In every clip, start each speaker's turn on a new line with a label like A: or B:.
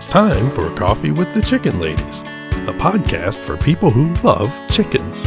A: time for Coffee with the Chicken Ladies, a podcast for people who love chickens.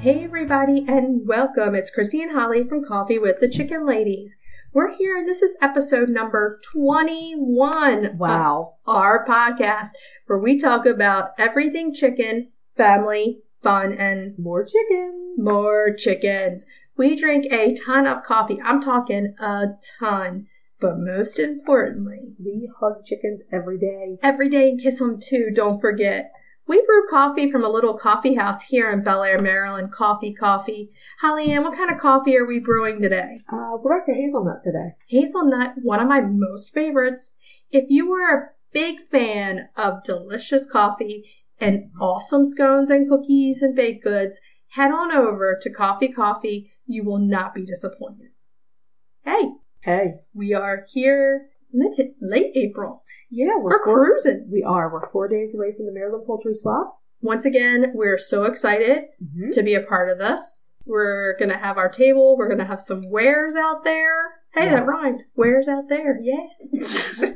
B: Hey, everybody, and welcome. It's Christine Holly from Coffee with the Chicken Ladies. We're here, and this is episode number 21
C: Wow.
B: of our podcast, where we talk about everything chicken, family, fun, and
C: More chickens.
B: more chickens. We drink a ton of coffee. I'm talking a ton. But most importantly,
C: we hug chickens every day.
B: every day and kiss them too, don't forget. We brew coffee from a little coffee house here in Bel Air, Maryland. Coffee, coffee. Holly Ann, what kind of coffee are we brewing today?
C: Uh, we're back to hazelnut today.
B: hazelnut, one of my most favorites. If you are a big fan of delicious coffee and awesome scones and cookies and baked goods, head on over to Coffee Coffee. You will not be disappointed. Hey,
C: Hey.
B: we are here in the t- late April.
C: Yeah,
B: We're
C: we're, four,
B: cruising.
C: we are. We're four days away from the Maryland Poultry Swap.
B: Once again, we're so excited to be a part of this. We're going to have our table. We're going to have some wares out there. Hey,
C: Yeah.
B: that rhymed. Wares out there. Yeah.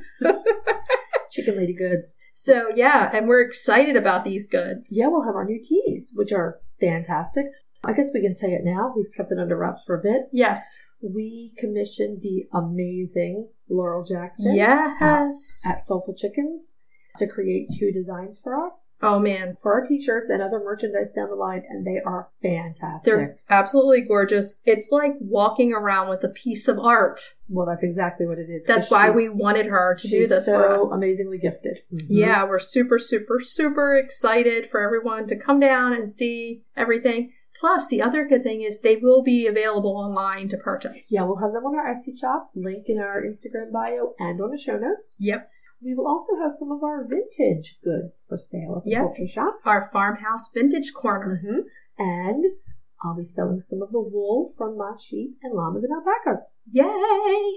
C: Chicken lady goods.
B: So, yeah, and we're excited about these goods.
C: Yeah, we'll have our new teas, which are fantastic. I guess we can say it now. We've kept it under wraps for a bit.
B: Yes.
C: We commissioned the amazing Laurel Jackson
B: Yes.
C: at Soulful Chickens to create two designs for us
B: oh man.
C: for our t-shirts and other merchandise down the line, and they are fantastic.
B: They're absolutely gorgeous. It's like walking around with a piece of art.
C: Well, that's exactly what it is.
B: That's
C: 'cause
B: why
C: she's-
B: we wanted her to do
C: she's
B: this
C: so
B: for us.
C: amazingly gifted. Mhm.
B: Yeah, we're super, super, super excited for everyone to come down and see everything. Plus, the other good thing is they will be available online to purchase.
C: Yeah, we'll have them on our Etsy shop, link in our Instagram bio, and on the show notes.
B: Yep.
C: We will also have some of our vintage goods for sale at the
B: Yes. Mm-hmm.
C: poultry shop.
B: Our farmhouse vintage corner.
C: hmm And I'll be selling some of the wool from my sheep and llamas and alpacas.
B: Yay!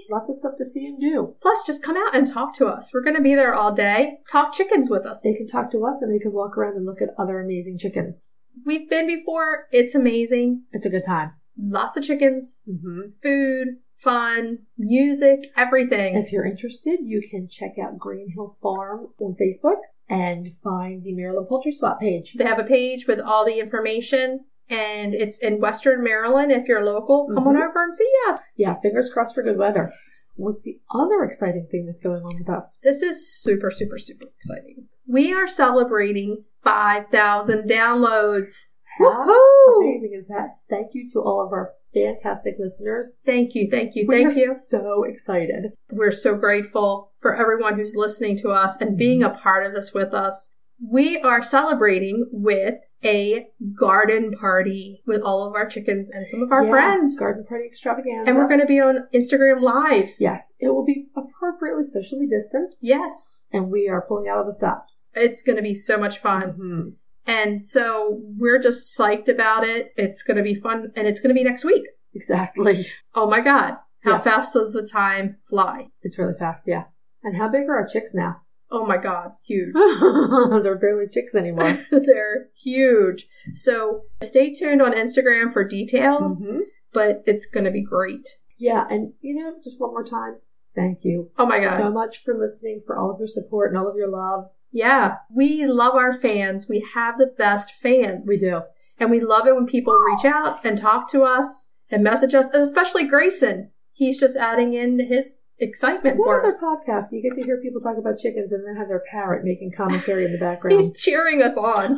C: Lots of stuff to see and do.
B: Plus, just come out and talk to us. We're going to be there all day. Talk chickens with us.
C: They can talk to us and they can walk around and look at other amazing chickens.
B: We've been before. It's amazing.
C: It's a good time.
B: Lots of chickens.
C: Mm-hmm.
B: food, fun, music, everything.
C: If you're interested, you can check out Green Hill Farm on Facebook and find the Maryland Poultry Swap page.
B: they have a page with all the information, and it's in Western Maryland. If you're local, come
C: Mm-hmm.
B: on over and see us.
C: Yeah, fingers crossed for good weather. What's the other exciting thing that's going on with us?
B: This is super, super, super exciting. We are celebrating 5,000 downloads.
C: How
B: Woohoo!
C: amazing is that? Thank you to all of our fantastic listeners.
B: Thank you, thank you,
C: we
B: thank
C: are
B: you.
C: so excited.
B: We're so grateful for everyone who's listening to us and being a
C: Mm-hmm.
B: part of this with us. We are celebrating with a garden party with all of our chickens and some of our
C: Yeah,
B: friends.
C: Garden Party Extravaganza.
B: And we're going to be on Instagram Live.
C: Yes, it will be appropriately socially distanced,
B: Yes.
C: and we are pulling out of the stops.
B: It's going to be so much fun.
C: Mm-hmm.
B: And so we're just psyched about it. It's going to be fun and it's going to be next week.
C: Exactly.
B: Oh my God. How
C: Yeah.
B: fast does the time fly?
C: It's really fast, yeah. And how big are our chicks now?
B: Oh my God. Huge.
C: They're barely chicks anymore.
B: They're huge. So stay tuned on Instagram for details,
C: Mm-hmm.
B: but it's going to be great.
C: Yeah, and you know, just one more time, thank you.
B: Oh my God.
C: so much for listening, for all of your support and all of your love.
B: Yeah. We love our fans. We have the best fans.
C: We do.
B: And we love it when people reach out and talk to us and message us, and especially Grayson. He's just adding in his excitement
C: What
B: for
C: other
B: us.
C: podcast do you get to hear people talk about chickens and then have their parrot making commentary in the background?
B: He's cheering us on.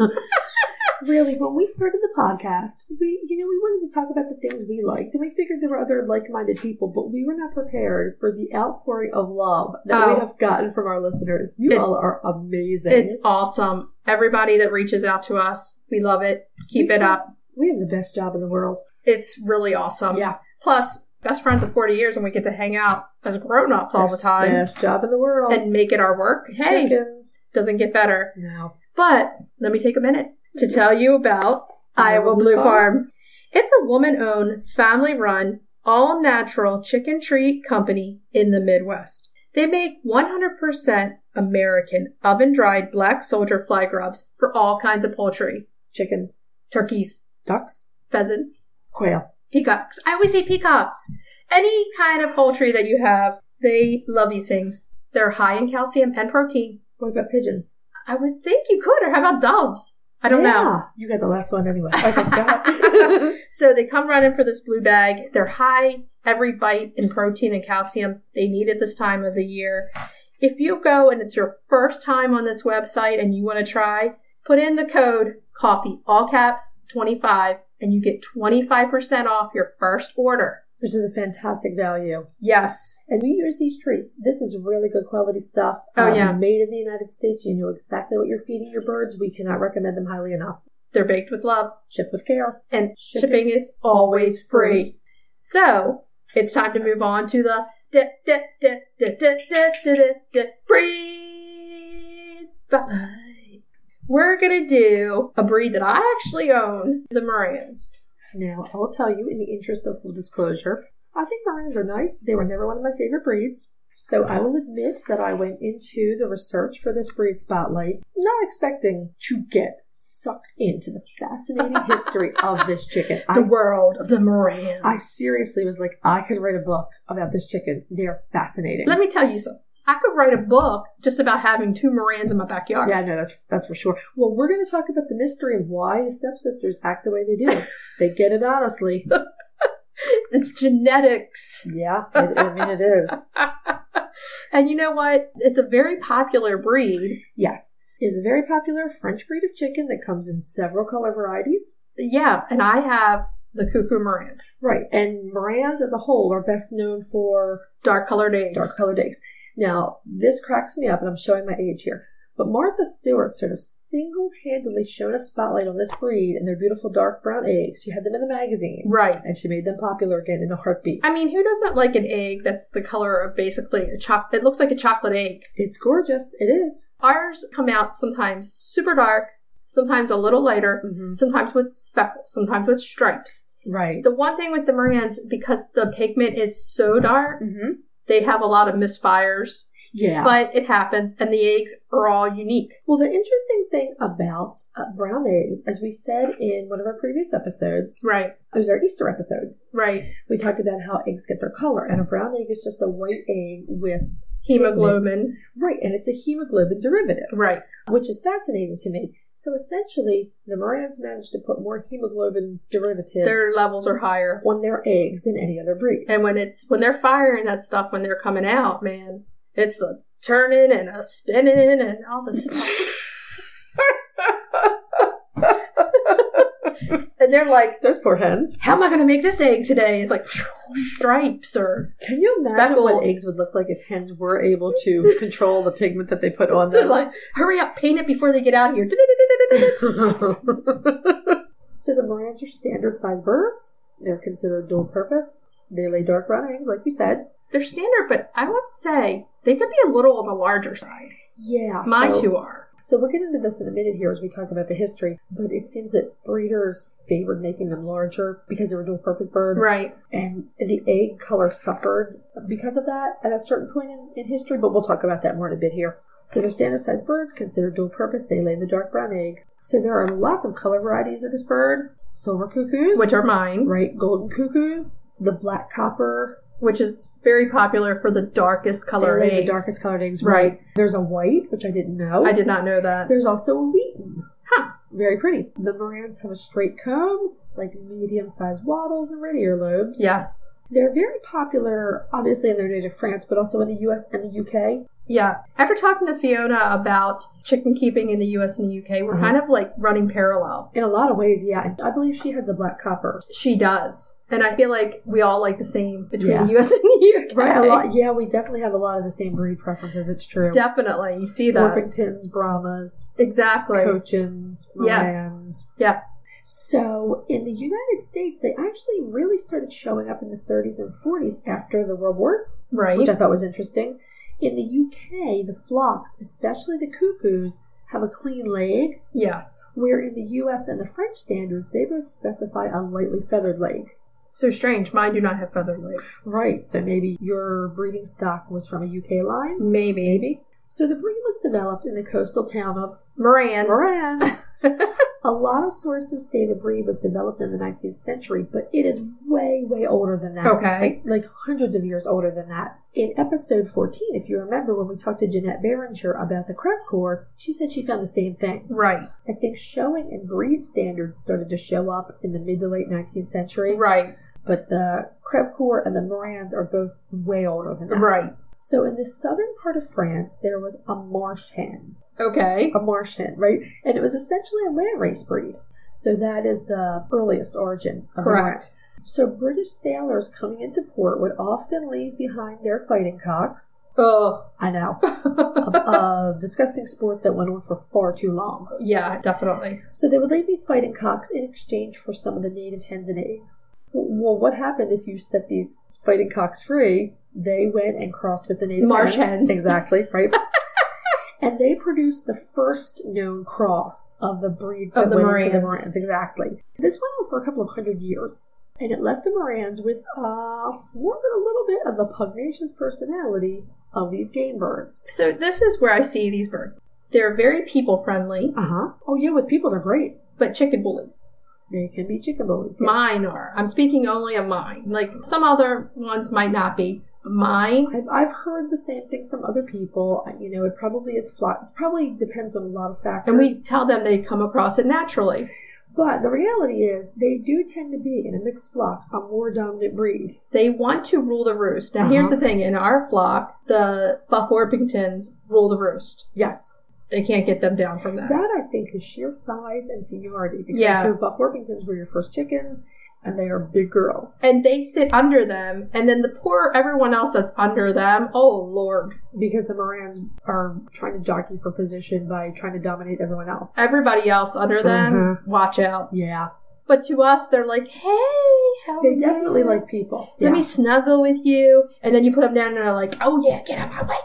C: really, when we started the podcast, we you know we wanted to talk about the things we liked, and we figured there were other like-minded people, but we were not prepared for the outpouring of love that
B: Oh.
C: we have gotten from our listeners. You
B: It's-
C: all are amazing.
B: it's awesome. Everybody that reaches out to us, we love it. Keep it up.
C: we have the best job in the world.
B: It's really awesome.
C: Yeah,
B: Plus, best friends of 40 years, and we get to hang out as grown ups all the time
C: best job in the world.
B: and make it our work. Hey,
C: chickens.
B: doesn't get better.
C: No.
B: But let me take a minute to tell you about
C: Iowa
B: Iowa Blue
C: Blue
B: Farm. It's a woman owned, family run, all natural chicken treat company in the Midwest. They make 100% American oven dried black soldier fly grubs for all kinds of poultry
C: Chickens,
B: turkeys,
C: ducks,
B: pheasants,
C: quail.
B: peacocks. I always say peacocks. Any kind of poultry that you have, they love these things. They're high in calcium and protein.
C: What about pigeons?
B: I would think you could, or how about doves? I don't know.
C: Yeah, You got the last one anyway. I forgot.
B: So they come running for this blue bag. They're high every bite in protein and calcium. They need it this time of the year. If you go and it's your first time on this website and you want to try, put in the code coffee, all caps 25, and you get 25% off your first order.
C: Which is a fantastic value.
B: Yes.
C: And we use these treats. This is really good quality stuff. um,
B: Oh, yeah.
C: Made in the United States. You know exactly what you're feeding your birds. We cannot recommend them highly enough.
B: They're baked with love
C: Ship with care.
B: and shipping is always free. So it's time to move on to the da- da- da- da- da- da- da- da- da- breed spotlight. We're gonna do a breed that I actually own, the Morans.
C: Now, I will tell you, in the interest of full disclosure, I think Marans are nice, but they were never one of my favorite breeds. So I will admit that I went into the research for this breed spotlight not expecting to get sucked into the fascinating history of this chicken. I
B: The world of the Morans.
C: I seriously was like, I could write a book about this chicken. They're fascinating.
B: Let me tell you something. I could write a book just about having two Morans in my backyard.
C: yeah, no, that's that's for sure. Well, we're going to talk about the mystery of why the stepsisters act the way they do. they get it honestly.
B: It's genetics.
C: Yeah, it, I mean it is.
B: And you know what? It's a very popular breed.
C: Yes, it is a very popular French breed of chicken that comes in several color varieties.
B: Yeah, and I have the Cuckoo Moran.
C: Right, and Morans as a whole are best known for
B: Dark colored eggs.
C: dark colored eggs. Now, this cracks me up, and I'm showing my age here. But Martha Stewart sort of single handedly shone a spotlight on this breed and their beautiful dark brown eggs. She had them in the magazine,
B: Right.
C: and she made them popular again in a heartbeat.
B: I mean, who doesn't like an egg that's the color of basically a chocolate? It looks like a chocolate egg.
C: It's gorgeous. It is.
B: Ours come out sometimes super dark, sometimes a little lighter, sometimes with speckles, sometimes with stripes.
C: Right.
B: The one thing with the Morans, because the pigment is so dark,
C: Mm-hmm.
B: they have a lot of misfires,
C: Yeah.
B: but it happens, and the eggs are all unique.
C: well, the interesting thing about uh, brown eggs, as we said in one of our previous episodes,
B: Right,
C: it was our Easter episode.
B: right.
C: We talked about how eggs get their color, and a brown egg is just a white egg with
B: Hemoglobin.
C: right, and it's a hemoglobin derivative.
B: Right.
C: which is fascinating to me. So essentially, the Morans managed to put more hemoglobin derivative
B: Their levels are higher.
C: on their eggs than any other breed.
B: And when it's when they're firing that stuff when they're coming out, man, it's a turning and a spinning and all this stuff. and they're like,
C: those poor hens.
B: "How am I going to make this egg today?" It's like stripes or
C: Can you imagine what
B: Speckled.
C: eggs would look like if hens were able to control the pigment that they put on
B: they're
C: them?
B: like, "Hurry up, paint it before they get out here."
C: so the Morans are standard sized birds. They're considered dual purpose. They lay dark brown eggs, like we said.
B: They're standard, but I would say they could be a little on the larger side.
C: Yeah,
B: My
C: so-
B: two are.
C: So we'll get into this in a minute here as we talk about the history. But it seems that breeders favored making them larger because they were dual purpose birds.
B: Right.
C: and the egg color suffered because of that at a certain point in, in history, but we'll talk about that more in a bit here. So they're standard sized birds, considered dual purpose. They lay the dark brown egg. So there are lots of color varieties of this bird. Silver cuckoos,
B: Which are mine,
C: right, golden cuckoos, the black copper,
B: which is very popular for the darkest color
C: they lay
B: eggs.
C: the darkest colored eggs,
B: Right.
C: right. There's a white, which I didn't know.
B: I did not know that.
C: There's also a wheaten.
B: Huh.
C: Very pretty. The morans have a straight comb, like medium sized wattles and radier lobes.
B: Yes.
C: They're very popular, obviously, in their native France, but also in the US and the UK.
B: Yeah. After talking to Fiona about chicken keeping in the US and the UK, we're
C: Mhm.
B: kind of like running parallel.
C: In a lot of ways, yeah. And I believe she has the black copper.
B: She does. And I feel like we all like the same between
C: Yeah.
B: the US and the UK.
C: Right, a lot. Yeah, we definitely have a lot of the same breed preferences, it's true.
B: Definitely. You see that.
C: Orpingtons, Brahmas,
B: Exactly.
C: Cochins,
B: Yeah.
C: Morans.
B: Yeah.
C: So, in the United States, they actually really started showing up in the 30s and 40s after the World Wars.
B: Right.
C: which I thought was interesting. In the UK, the flocks, especially the cuckoos, have a clean leg,
B: Yes.
C: where in the US and the French standards, they both specify a lightly feathered leg.
B: So strange. Mine do not have feathered legs.
C: Right, so maybe your breeding stock was from a UK line?
B: Maybe.
C: Maybe. So the breed was developed in the coastal town of
B: Moran's.
C: Brands. a lot of sources say the breed was developed in the 19th century, but it is way, way older than that.
B: Okay.
C: Like, like hundreds of years older than that. In episode 14, if you remember when we talked to Jeanette Barringer about the Crev Corps, she said she found the same thing.
B: Right.
C: I think showing and breed standards started to show up in the mid to late 19th century,
B: Right.
C: but the Crev Corps and the Morans are both way older than that.
B: Right.
C: So in the southern part of France, there was a marsh hen
B: Okay.
C: a marsh hen, right? And it was essentially a landrace breed. So that is the earliest origin of the
B: Correct.
C: marsh. So British sailors coming into port would often leave behind their fighting cocks.
B: Oh.
C: I know, a, a disgusting sport that went on for far too long.
B: yeah, definitely.
C: So they would leave these fighting cocks in exchange for some of the native hens and eggs. Well, what happened if you set these fighting cocks free? They went and crossed with the native
B: Marsh hens.
C: exactly right. and they produced the first known cross of the breeds
B: Of
C: that
B: the
C: went into the
B: Morans.
C: Morans. Exactly. This went on for a couple of hundred years, and it left the Morans with uh, more than a little bit of the pugnacious personality of these game birds.
B: So this is where I see these birds. They're very people friendly,
C: Uh huh. Oh yeah, with people they're great.
B: but chicken bullies.
C: They can be chicken bullies. yeah.
B: Mine are. I'm speaking only of mine. Like some other ones might not be. Mine.
C: I've, I've heard the same thing from other people. I- You know, it probably is flat. It probably depends on a lot of factors.
B: And we tell them they come across it naturally.
C: but the reality is, they do tend to be in a mixed flock, a more dominant breed.
B: They want to rule the roost. Now, here's the
C: Uh-huh.
B: thing in our flock, the Buff Orpingtons rule the roost.
C: Yes,
B: They can't get them down from that.
C: that I think is sheer size and seniority. Because
B: Yeah.
C: your Buff Orpingtons were your first chickens, and they are big girls
B: and they sit under them, and then the poor everyone else that's under them. Oh, Lord.
C: because the Morans are trying to jockey for position by trying to dominate everyone else.
B: Everybody else under them,
C: Mhm.
B: watch out.
C: yeah,
B: But to us, they're like, hey, how are
C: they definitely
B: you?
C: like people.
B: let
C: Yeah.
B: me snuggle with you. And then you put them down and they're like, oh yeah, get out of my way.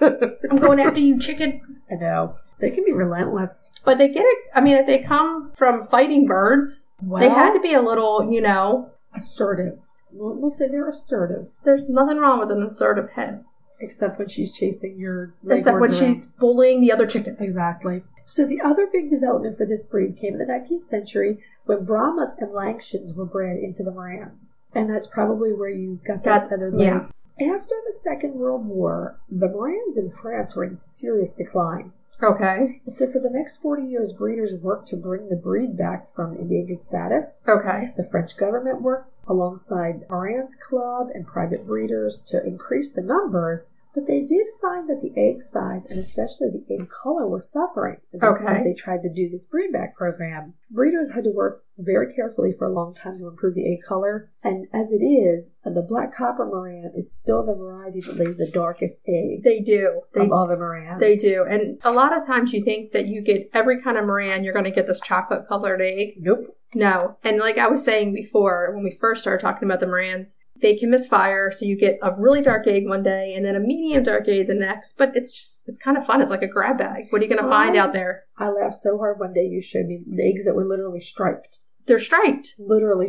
B: I'm going after you, chicken.
C: I know they can be relentless.
B: But they get it. I mean, if they come from fighting birds,
C: Well,
B: they had to be a little, you know,
C: assertive. We'll, we'll say they're assertive,
B: there's nothing wrong with an assertive hen.
C: except when she's chasing your.
B: Except
C: leghorns
B: when
C: around.
B: she's bullying the other chickens.
C: exactly. So the other big development for this breed came in the 19th century when Brahmas and Langshans were bred into the Morans, and that's probably where you got that
B: That's-
C: feathered
B: yeah.
C: leg. After the Second World War, the Morans in France were in serious decline.
B: Okay.
C: So for the next 40 years, breeders worked to bring the breed back from endangered status.
B: Okay.
C: The French government worked alongside Moran's Club and private breeders to increase the numbers, but they did find that the egg size and especially the egg color were suffering as,
B: Okay.
C: as they tried to do this breed back program. Breeders had to work very carefully for a long time to improve the egg color, and as it is, the black copper Moran is still the variety that lays the darkest egg
B: They do. They,
C: of all the Morans.
B: they do. And a lot of times you think that you get every kind of Moran, you're going to get this chocolate colored egg.
C: Nope.
B: No. And like I was saying before, when we first started talking about the Morans, they can misfire. So you get a really dark egg one day and then a medium dark egg the next. But it's just, it's kind of fun. It's like a grab bag. What are you going to find out there?
C: I laughed so hard one day you showed me the eggs that were literally striped.
B: They're striped.
C: Literally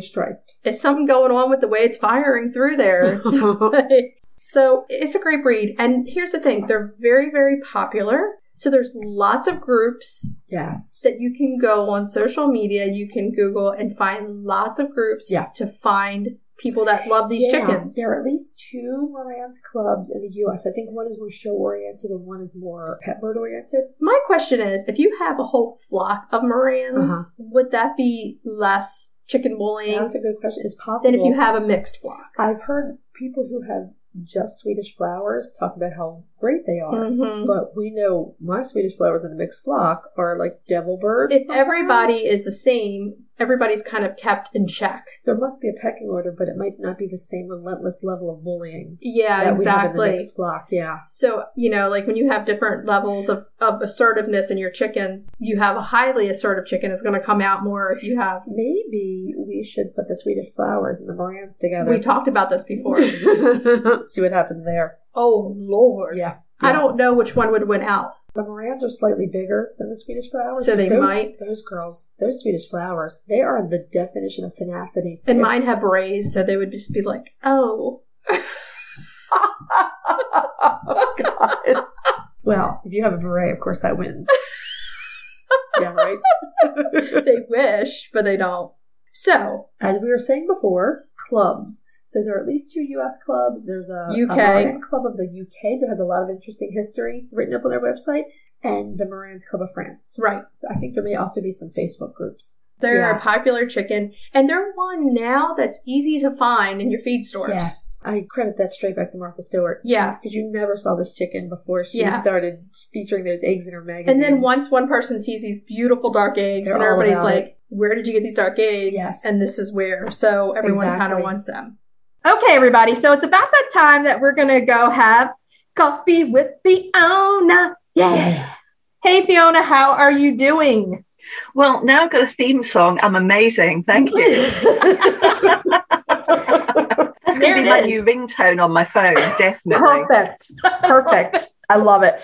C: striped.
B: There's something going on with the way it's firing through there. It's like- so it's a great breed. And here's the thing they're very, very popular. So there's lots of groups
C: yes.
B: that you can go on social media. You can Google and find lots of groups
C: Yeah.
B: to find people that love these
C: Yeah,
B: chickens.
C: There are at least two Morans clubs in the U.S. I think one is more show oriented and one is more pet bird oriented.
B: My question is if you have a whole flock of Morans,
C: Uh-huh.
B: would that be less chicken bullying
C: That's a good question. It's possible.
B: than if you have a mixed flock?
C: I've heard people who have just Swedish flowers talk about how great they are,
B: Mhm.
C: but we know my Swedish flowers in a mixed flock are like devil birds.
B: If
C: sometimes.
B: everybody is the same, everybody's kind of kept in check.
C: there must be a pecking order, but it might not be the same relentless level of bullying
B: Yeah,
C: that we have in the
B: exactly.
C: mixed flock. Yeah,
B: So, you know, like when you have different levels of, of assertiveness in your chickens, you have a highly assertive chicken, it's going to come out more if you have.
C: maybe we should put the Swedish flowers and the Morans together.
B: We talked about this before.
C: See what happens there.
B: oh, Lord.
C: Yeah.
B: I don't know which one would win out.
C: The Morans are slightly bigger than the Swedish flowers.
B: So
C: but
B: they
C: those,
B: might-
C: Those girls, those Swedish flowers, they are the definition of tenacity.
B: And
C: If-
B: mine have rays, so they would just be like, oh.
C: Oh, God. Well, if you have a beret, of course that wins. yeah, right?
B: they wish, but they don't. So,
C: As we were saying before, clubs. So there are at least two U.S. clubs. There's a a
B: UK.
C: Moran Club of the U.K. that has a lot of interesting history written up on their website, and the Moran's Club of France.
B: right.
C: I think there may also be some Facebook groups.
B: They're
C: Yeah.
B: a popular chicken, and they're one now that's easy to find in your feed stores.
C: Yes, I credit that straight back to Martha Stewart
B: Yeah.
C: because you never saw this chicken before she
B: Yeah.
C: started featuring those eggs in her magazine.
B: And then once one person sees these beautiful dark eggs,
C: They're
B: and
C: all
B: everybody's
C: about
B: like, "Where did you get these dark eggs?"
C: Yes.
B: And this is where. So everyone kind
C: Exactly.
B: of wants them. Okay, everybody. So it's about that time that we're gonna go have coffee with Fiona.
C: Yeah.
B: Hey, Fiona, how are you doing?
D: Well, now I've got a theme song. I'm amazing. Thank you. That's going
B: There
D: to
B: it
D: be my
B: is.
D: new ringtone on my phone, definitely.
C: perfect, perfect. I love it.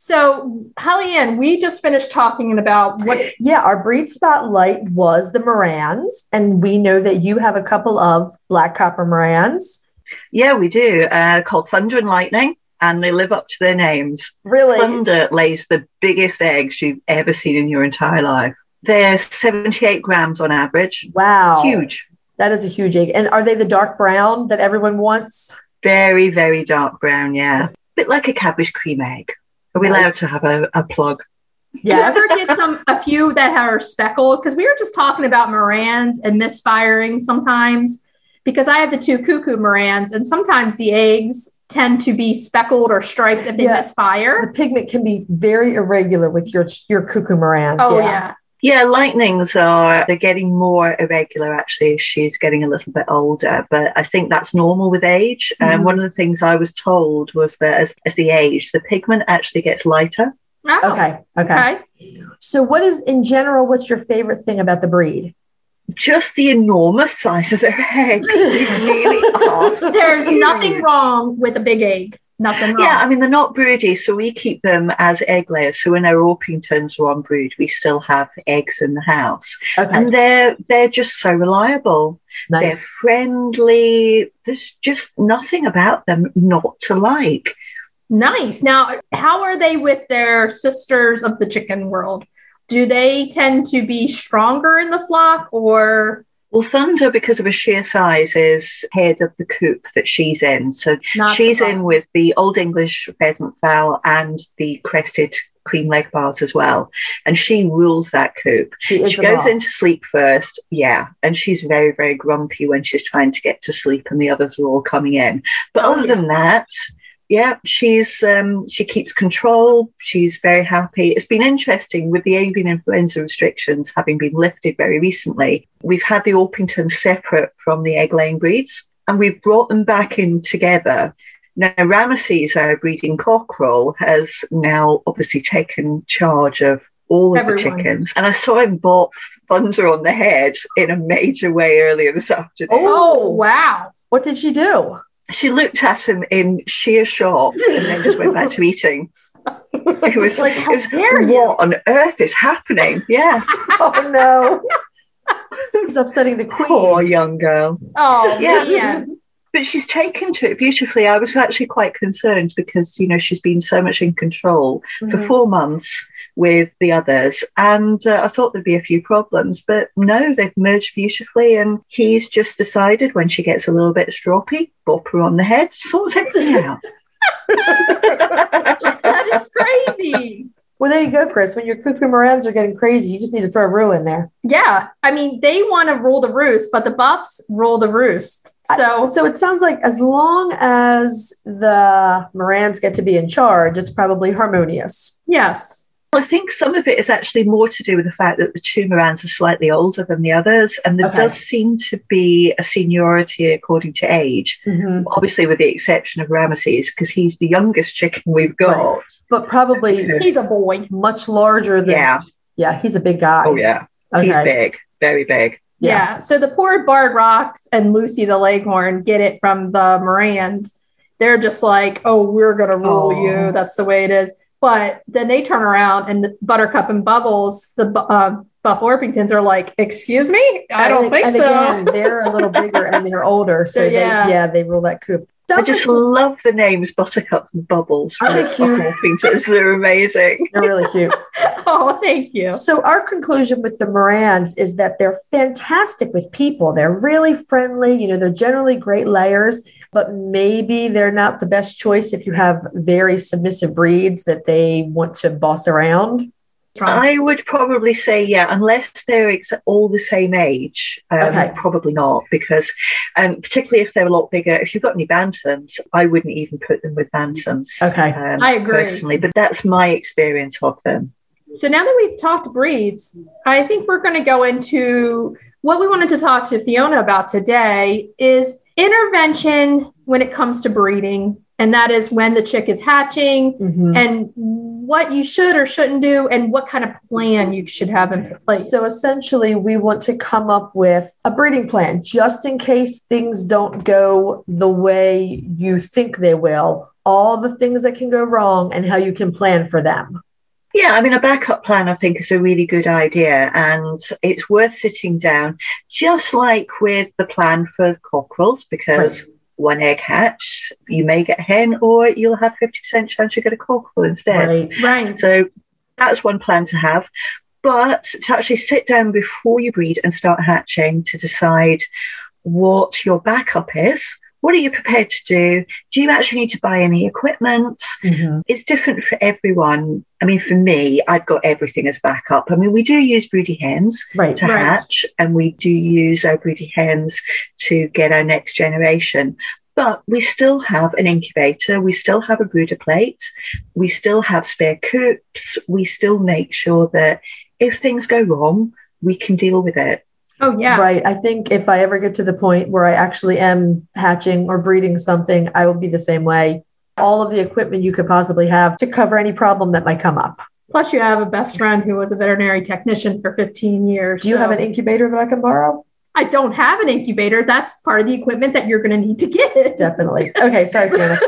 B: So, Holly Ann, we just finished talking about what
E: Yeah, our breed spotlight was the Morans, and we know that you have a couple of black copper Morans.
D: Yeah, we do. Uh, called Thunder and Lightning, and they live up to their names.
E: Really?
D: Thunder lays the biggest eggs you've ever seen in your entire life. They're 78 grams on average.
E: wow.
D: Huge.
E: That is a huge egg. And are they the dark brown that everyone wants?
D: Very, very dark brown. Yeah. bit like a cabbage cream egg. Are we
E: Nice.
D: allowed to have a, a plug?
E: Yes.
B: You ever get some a few that are speckled? Because we were just talking about morans and misfiring sometimes. Because I have the two cuckoo morans, and sometimes the eggs tend to be speckled or striped if they
E: Yeah.
B: misfire.
E: the pigment can be very irregular with your your cuckoo Morans.
B: Oh yeah.
D: Yeah, lightnings are, they're getting more irregular actually as she's getting a little bit older, but I think that's normal with age. And
E: Mhm.
D: one of the things I was told was that as, as they age, the pigment actually gets lighter.
B: Oh,
E: Okay. Okay.
B: Okay.
E: So, what is in general? What's your favorite thing about the breed?
D: Just the enormous size of their eggs. They really are.
B: There's nothing
D: Huge.
B: wrong with a big egg. Nothing wrong.
D: Yeah, I mean, they're not broody, so we keep them as egg layers. So when our Orpingtons are on brood, we still have eggs in the house.
E: Okay.
D: And they're, they're just so reliable. They're
E: nice.
D: friendly. There's just nothing about them not to like.
B: Nice. Now, how are they with their sisters of the chicken world? Do they tend to be stronger in the flock or
D: Well, Thunder, because of her sheer size, is head of the coop that she's in. So
B: not?
D: she's in with the Old English pheasant fowl and the crested cream leg bars as well. And she rules that coop.
E: She is
D: she
E: the
D: goes
E: boss.
D: into sleep first, yeah, and she's very, very grumpy when she's trying to get to sleep, and the others are all coming in. But
B: Oh,
D: other
B: yeah.
D: than that, yeah, she's um, she keeps control. She's very happy. It's been interesting with the avian influenza restrictions having been lifted very recently. We've had the Orpington separate from the egg laying breeds, and we've brought them back in together. Now, Ramesses, our breeding cockerel, has now obviously taken charge of all of the
B: Everyone.
D: chickens. And I saw him bop Thunder on the head in a major way earlier this afternoon.
B: Oh, wow.
E: What did she do?
D: She looked at him in sheer shock and then just went back to eating. It was,
E: Like,
D: it
E: how
D: was
E: dare you?
D: what on earth is happening? Yeah,
E: Oh no. He's upsetting the queen.
D: poor young girl.
B: Oh,
D: Yeah.
B: man.
D: But she's taken to it beautifully. I was actually quite concerned because, you know, she's been so much in control for
E: Mhm.
D: four months with the others. And uh, I thought there'd be a few problems, but no, they've merged beautifully. And he's just decided when she gets a little bit stroppy, bop her on the head, sorts everything out.
B: That is crazy.
E: Well, there you go, Chris. When your cuckoo morans are getting crazy, you just need to throw Rue in there.
B: yeah. I mean, they want to rule the roost, but the buffs rule the roost. So,
E: So it sounds like as long as the morans get to be in charge, it's probably harmonious.
B: yes.
D: I think some of it is actually more to do with the fact that the two Morans are slightly older than the others, and there
E: Okay.
D: does seem to be a seniority according to age.
E: Mhm.
D: Obviously, with the exception of Ramesses, because he's the youngest chicken we've got.
E: But probably
B: He's a boy.
E: much larger than.
D: Yeah.
E: Yeah, he's a big guy.
D: Oh, yeah.
E: Okay.
D: He's big, very big.
B: Yeah.
E: Yeah.
B: So the poor Bard Rocks and Lucy the Leghorn get it from the Morans. They're just like, oh, we're going to rule
D: Aw.
B: you. That's the way it is. But then they turn around and the Buttercup and Bubbles, the bu- uh, Buff Orpingtons are like, excuse me? I don't
E: And-
B: think
E: and
B: so.
E: Again, they're a little bigger and they're older. So
B: So, yeah.
E: they, yeah, they rule that coop.
D: I just love the names Buttercup and Bubbles from
E: Aren't they cute?
D: Bubble Morphingtons. They're amazing.
E: They're really cute.
B: Oh, thank you.
E: So our conclusion with the Morans is that they're fantastic with people. They're really friendly. You know, they're generally great layers, but maybe they're not the best choice if you have very submissive breeds that they want to boss around.
D: I would probably say, yeah, unless they're ex- all the same age, um,
E: Okay.
D: probably not, because um, particularly if they're a lot bigger, if you've got any bantams, I wouldn't even put them with bantams.
E: Okay.
D: um,
B: I agree.
D: Personally, but that's my experience of them.
B: So now that we've talked breeds, I think we're going to go into what we wanted to talk to Fiona about today is intervention when it comes to breeding. And that is when the chick is hatching
E: Mhm.
B: and what you should or shouldn't do and what kind of plan you should have in place.
E: So essentially, we want to come up with a breeding plan just in case things don't go the way you think they will, all the things that can go wrong, and how you can plan for them.
D: Yeah, I mean, a backup plan I think is a really good idea, and it's worth sitting down, just like with the plan for cockerels, because one egg hatch, you may get a hen, or you'll have fifty percent chance you get a cockerel instead.
E: Right.
B: right.
D: So that's one plan to have. But to actually sit down before you breed and start hatching to decide what your backup is. What are you prepared to do? Do you actually need to buy any equipment?
B: Mm-hmm.
E: Mhm.
D: it's different for everyone. I mean, for me, I've got everything as backup. I mean, we do use broody hens
E: Right.
D: to
B: Right.
D: hatch, and we do use our broody hens to get our next generation. But we still have an incubator, we still have a brooder plate, we still have spare coops, we still make sure that if things go wrong, we can deal with it.
B: Oh, yeah.
E: Right. I think if I ever get to the point where I actually am hatching or breeding something, I will be the same way. All of the equipment you could possibly have to cover any problem that might come up.
B: Plus, you have a best friend who was a veterinary technician for 15 years.
E: Do you
B: so-
E: have an incubator that I can borrow?
B: I don't have an incubator. That's part of the equipment that you're going to need to get.
E: Definitely. Okay. Sorry, Fiona.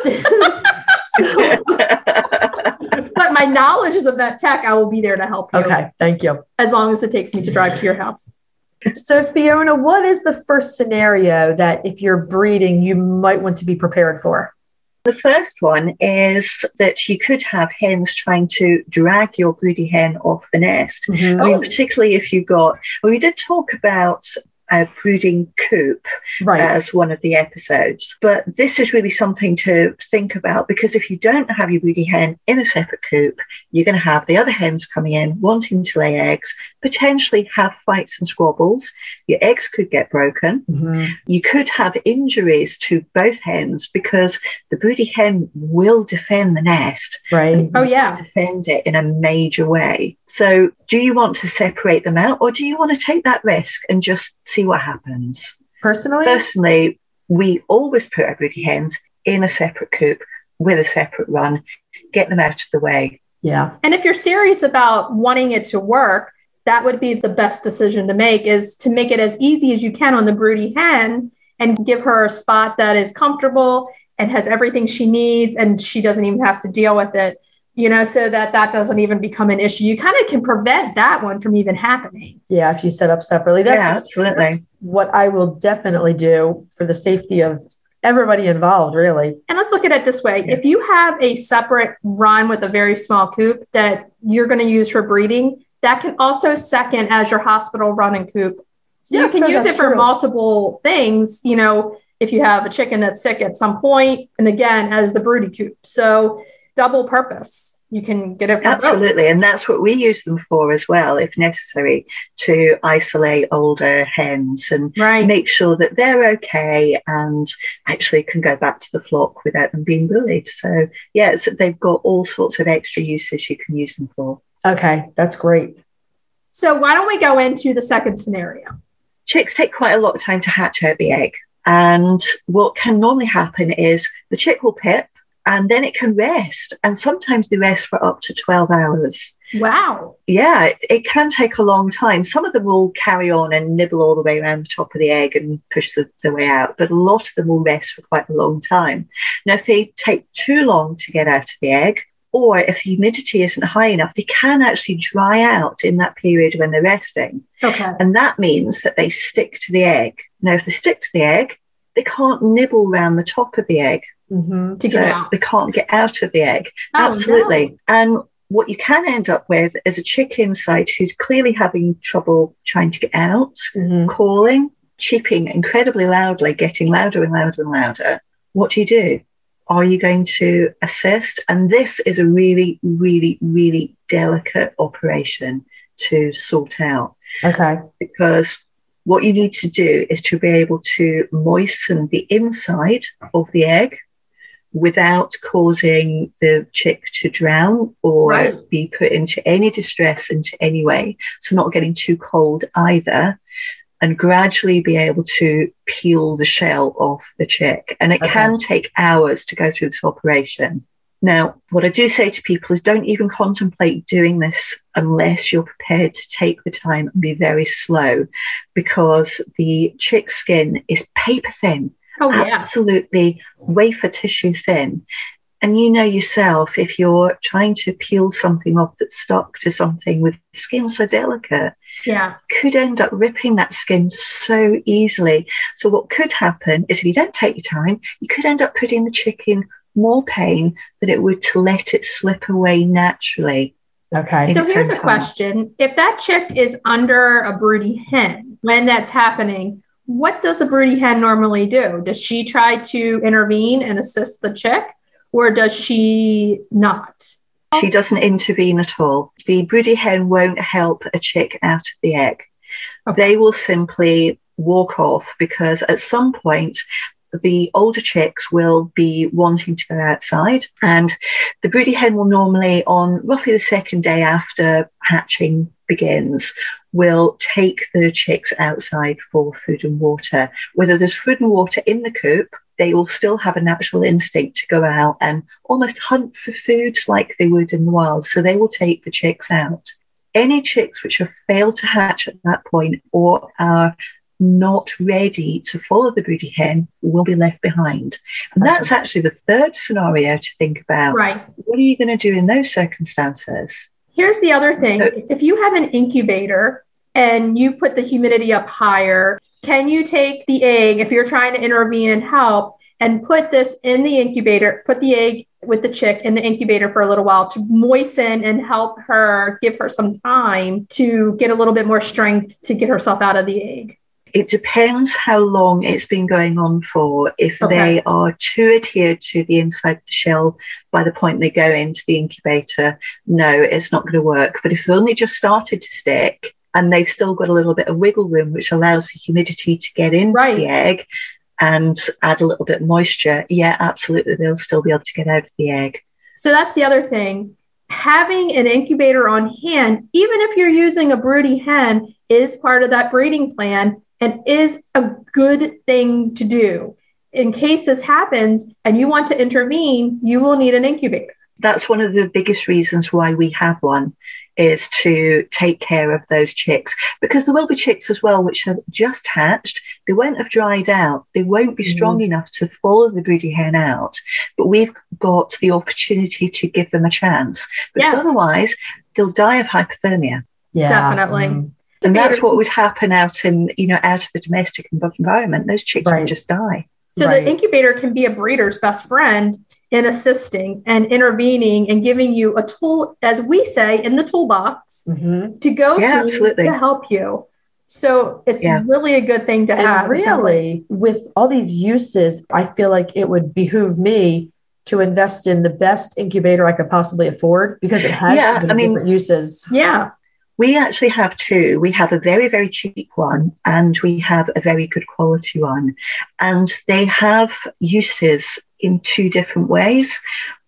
E: So-
B: But my knowledge is of that tech. I will be there to help you
E: okay. Thank you.
B: as long as it takes me to drive to your house.
E: So, Fiona, what is the first scenario that if you're breeding, you might want to be prepared for?
D: The first one is that you could have hens trying to drag your broody hen off the nest. I
B: Oh.
D: mean, particularly if you've got, well, we did talk about a brooding coop
B: Uh,
E: Right.
D: as one of the episodes, but this is really something to think about because if you don't have your broody hen in a separate coop, you're going to have the other hens coming in wanting to lay eggs, potentially have fights and squabbles. Your eggs could get broken.
E: Mhm.
D: You could have injuries to both hens because the broody hen will defend the nest
E: Right.
B: Oh, yeah.
D: defend it in a major way. So, do you want to separate them out or do you want to take that risk and just see what happens?
E: Personally,
D: Personally, we always put our broody hens in a separate coop with a separate run, get them out of the way.
E: yeah.
B: And if you're serious about wanting it to work, that would be the best decision to make is to make it as easy as you can on the broody hen and give her a spot that is comfortable and has everything she needs and she doesn't even have to deal with it, you know, so that that doesn't even become an issue. You kind of can prevent that one from even happening.
E: Yeah. If you set up separately, that's
D: yeah, absolutely.
E: that's what I will definitely do for the safety of everybody involved, really.
B: And let's look at it this way.
D: Yeah.
B: If you have a separate run with a very small coop that you're going to use for breeding, that can also second as your hospital run and coop. So
E: Yeah, I
B: you can
E: suppose
B: use it
E: that's
B: for
E: true.
B: multiple things, you know, if you have a chicken that's sick at some point, and again, as the broody coop. So double purpose. You can get it for both.
D: Absolutely. And that's what we use them for as well, if necessary, to isolate older hens and
B: Right.
D: make sure that they're okay and actually can go back to the flock without them being bullied. So, yeah, so they've got all sorts of extra uses you can use them for.
E: Okay. That's great.
B: So why don't we go into the second scenario?
D: Chicks take quite a lot of time to hatch out the egg. And what can normally happen is the chick will pip and then it can rest. And sometimes they rest for up to 12 hours.
B: Wow.
D: Yeah, it- it can take a long time. Some of them will carry on and nibble all the way around the top of the egg and push the, the way out, but a lot of them will rest for quite a long time. Now, if they take too long to get out of the egg, or if the humidity isn't high enough, they can actually dry out in that period when they're resting.
B: Okay.
D: And that means that they stick to the egg. Now, if they stick to the egg, they can't nibble round the top of the egg.
E: Mm-hmm.
F: To
D: so
F: get out.
D: they can't get out of the egg.
E: Oh,
D: Absolutely. And what you can end up with is a chick inside who's clearly having trouble trying to get out,
E: Mhm.
D: calling, cheeping incredibly loudly, getting louder and louder and louder. What do you do? Are you going to assist? And this is a really, really, really delicate operation to sort out
E: Okay.
D: because what you need to do is to be able to moisten the inside of the egg without causing the chick to drown or
F: Right.
D: be put into any distress into any way. So not getting too cold either. And gradually be able to peel the shell off the chick. And it
E: Okay.
D: can take hours to go through this operation. Now, what I do say to people is don't even contemplate doing this unless you're prepared to take the time and be very slow because the chick skin is paper thin,
F: Oh, yeah.
D: absolutely wafer tissue thin. And you know yourself, if you're trying to peel something off that's stuck to something with skin so delicate,
F: Yeah.
D: could end up ripping that skin so easily. So, what could happen is if you don't take your time, you could end up putting the chicken more pain than it would to let it slip away naturally.
E: Okay.
D: Think
F: So
D: it's
F: here's a
D: time.
F: question. If that chick is under a broody hen when that's happening, what does a broody hen normally do? Does she try to intervene and assist the chick or does she not?
D: She doesn't intervene at all. The broody hen won't help a chick out of the egg.
F: Okay.
D: They will simply walk off because at some point, the older chicks will be wanting to go outside, and the broody hen will normally, on roughly the second day after hatching begins, will take the chicks outside for food and water. Whether there's food and water in the coop, they will still have a natural instinct to go out and almost hunt for food like they would in the wild. So they will take the chicks out. Any chicks which have failed to hatch at that point or are not ready to follow the broody hen will be left behind. And that's actually the third scenario to think about.
F: Right.
D: What are you going to do in those circumstances?
F: Here's the other thing. If you have an incubator and you put the humidity up higher, can you take the egg, if you're trying to intervene and help, and put this in the incubator, put the egg with the chick in the incubator for a little while to moisten and help her, give her some time to get a little bit more strength to get herself out of the egg?
D: It depends how long it's been going on for. If
F: Okay.
D: they are too adhered to the inside of the shell by the point they go into the incubator, no, it's not going to work. But if they've only just started to stick and they've still got a little bit of wiggle room, which allows the humidity to get into
F: Right.
D: the egg and add a little bit of moisture, yeah, absolutely, they'll still be able to get out of the egg.
F: So that's the other thing. Having an incubator on hand, even if you're using a broody hen, is part of that breeding plan and is a good thing to do. In case this happens and you want to intervene, you will need an incubator.
D: that's one of the biggest reasons why we have one is to take care of those chicks because there will be chicks as well which have just hatched they won't have dried out they won't be strong enough to follow the broody hen out but we've got the opportunity to give them a chance because
F: Yes.
D: otherwise they'll die of hypothermia
E: Yeah.
F: Definitely.
E: Mm.
D: and that's what would happen out in you know out of the domestic environment those chicks
E: Right.
D: would just die
F: So
E: Right.
F: the incubator can be a breeder's best friend in assisting and intervening and giving you a tool, as we say, in the toolbox
E: Mhm.
F: to go
D: Yeah,
F: to
D: absolutely.
F: to help you. So it's
D: Yeah.
F: really a good thing to have.
E: And
F: it sounds like.
E: really, with all these uses, I feel like it would behoove me to invest in the best incubator I could possibly afford because it has
D: Yeah,
E: so many
D: I mean-
E: different uses.
F: Yeah.
D: We actually have two. We have a very, very cheap one and we have a very good quality one. And they have uses in two different ways.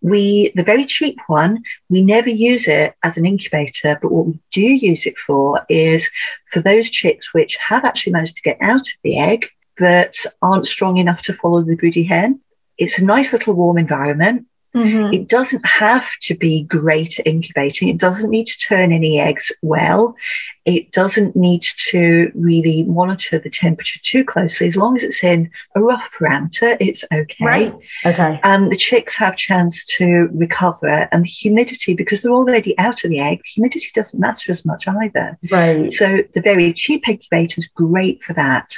D: We, the very cheap one, we never use it as an incubator, but what we do use it for is for those chicks which have actually managed to get out of the egg, but aren't strong enough to follow the broody hen. It's a nice little warm environment.
F: Mhm.
D: It doesn't have to be great at incubating. It doesn't need to turn any eggs well. It doesn't need to really monitor the temperature too closely. As long as it's in a rough parameter, it's okay.
F: Right.
E: Okay.
D: And the chicks have chance to recover. And the humidity, because they're already out of the egg, humidity doesn't matter as much either.
E: Right.
D: So the very cheap incubator is great for that.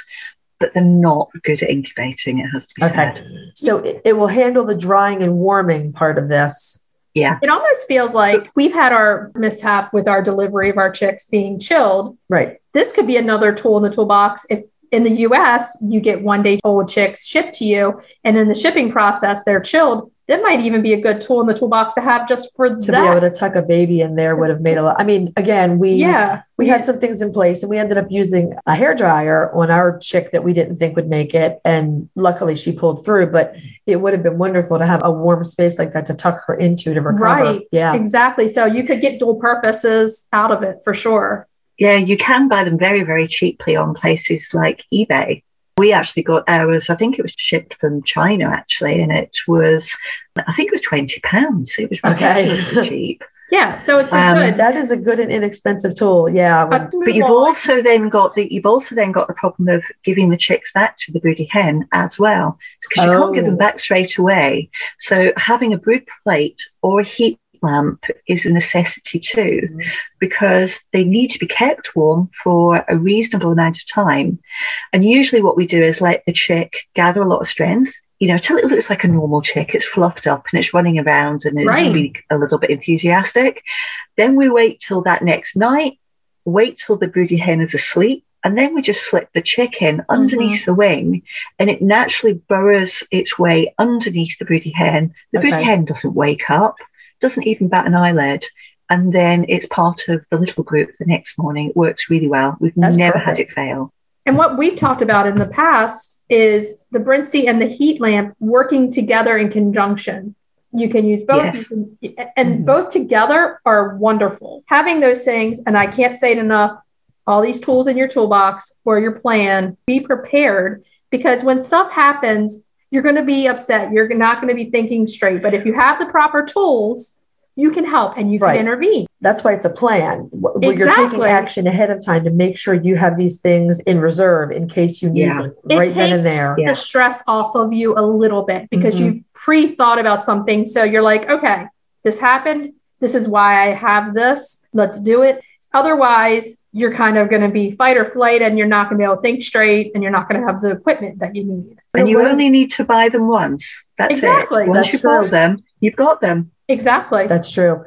D: but they're not good at incubating, it has to be
E: Okay.
D: said.
E: So it, it will handle the drying and warming part of this.
D: Yeah.
F: It almost feels like we've had our mishap with our delivery of our chicks being chilled.
E: Right.
F: This could be another tool in the toolbox. If in the US you get one day old chicks shipped to you, and in the shipping process they're chilled, that might even be a good tool in the toolbox to have just for
E: To
F: that.
E: be able to tuck a baby in there would have made a lot. I mean, again, we
F: yeah.
E: we had some things in place and we ended up using a hairdryer on our chick that we didn't think would make it. And luckily she pulled through, but it would have been wonderful to have a warm space like that to tuck her into to recover.
F: Right.
E: Yeah.
F: Exactly. So you could get dual purposes out of it for sure.
D: Yeah, you can buy them very, very cheaply on places like eBay. We actually got ours, I think it was shipped from China actually, and it was, I think it was £20. It was
E: Okay.
D: ridiculously cheap.
F: Yeah. So it's a
D: Um,
F: good.
E: That is a good and inexpensive tool. Yeah.
F: But-
D: But you've also then got the you've also then got the problem of giving the chicks back to the broody hen as well, because you can't give
E: Oh.
D: them back straight away. So having a brood plate or a heat lamp is a necessity too,
E: Mhm.
D: because they need to be kept warm for a reasonable amount of time. And usually, what we do is let the chick gather a lot of strength. You know, till it looks like a normal chick, it's fluffed up and it's running around and it's
F: Right.
D: being a little bit enthusiastic. Then we wait till that next night wait till the broody hen is asleep, and then we just slip the chick in
E: Mm-hmm.
D: underneath the wing, and it naturally burrows its way underneath the broody hen. The
E: Okay.
D: broody hen doesn't wake up, doesn't even bat an eyelid, and then it's part of the little group the next morning. It works really well. We've
E: That's
D: never had
E: perfect.
D: it fail.
F: And what we've talked about in the past is the Brincy and the heat lamp working together in conjunction. You can use both,
D: Yes.
F: you can- and
E: Mhm.
F: both together are wonderful. Having those things, and I can't say it enough, all these tools in your toolbox or your plan, be prepared because when stuff happens, you're going to be upset. You're not going to be thinking straight. But if you have the proper tools, you can help and you
E: Right.
F: can intervene.
E: that's why it's a plan wh- where you're taking
F: Exactly.
E: action ahead of time to make sure you have these things in reserve in case you need
D: Yeah.
E: them
F: it
E: right
F: takes
E: then and there.
F: the
D: Yeah.
F: stress off of you a little bit because
E: Mhm.
F: you've pre-thought about something so you're like okay this happened this is why i have this let's do it otherwise you're kind of going to be fight or flight and you're not going to be able to think straight and you're not going to have the equipment that you need
D: And
E: It
D: you
E: was-
D: only need to buy them once. That's
F: Exactly.
D: it. Once
E: That's
D: you buy
E: true.
D: them, you've got them.
F: exactly
E: That's true.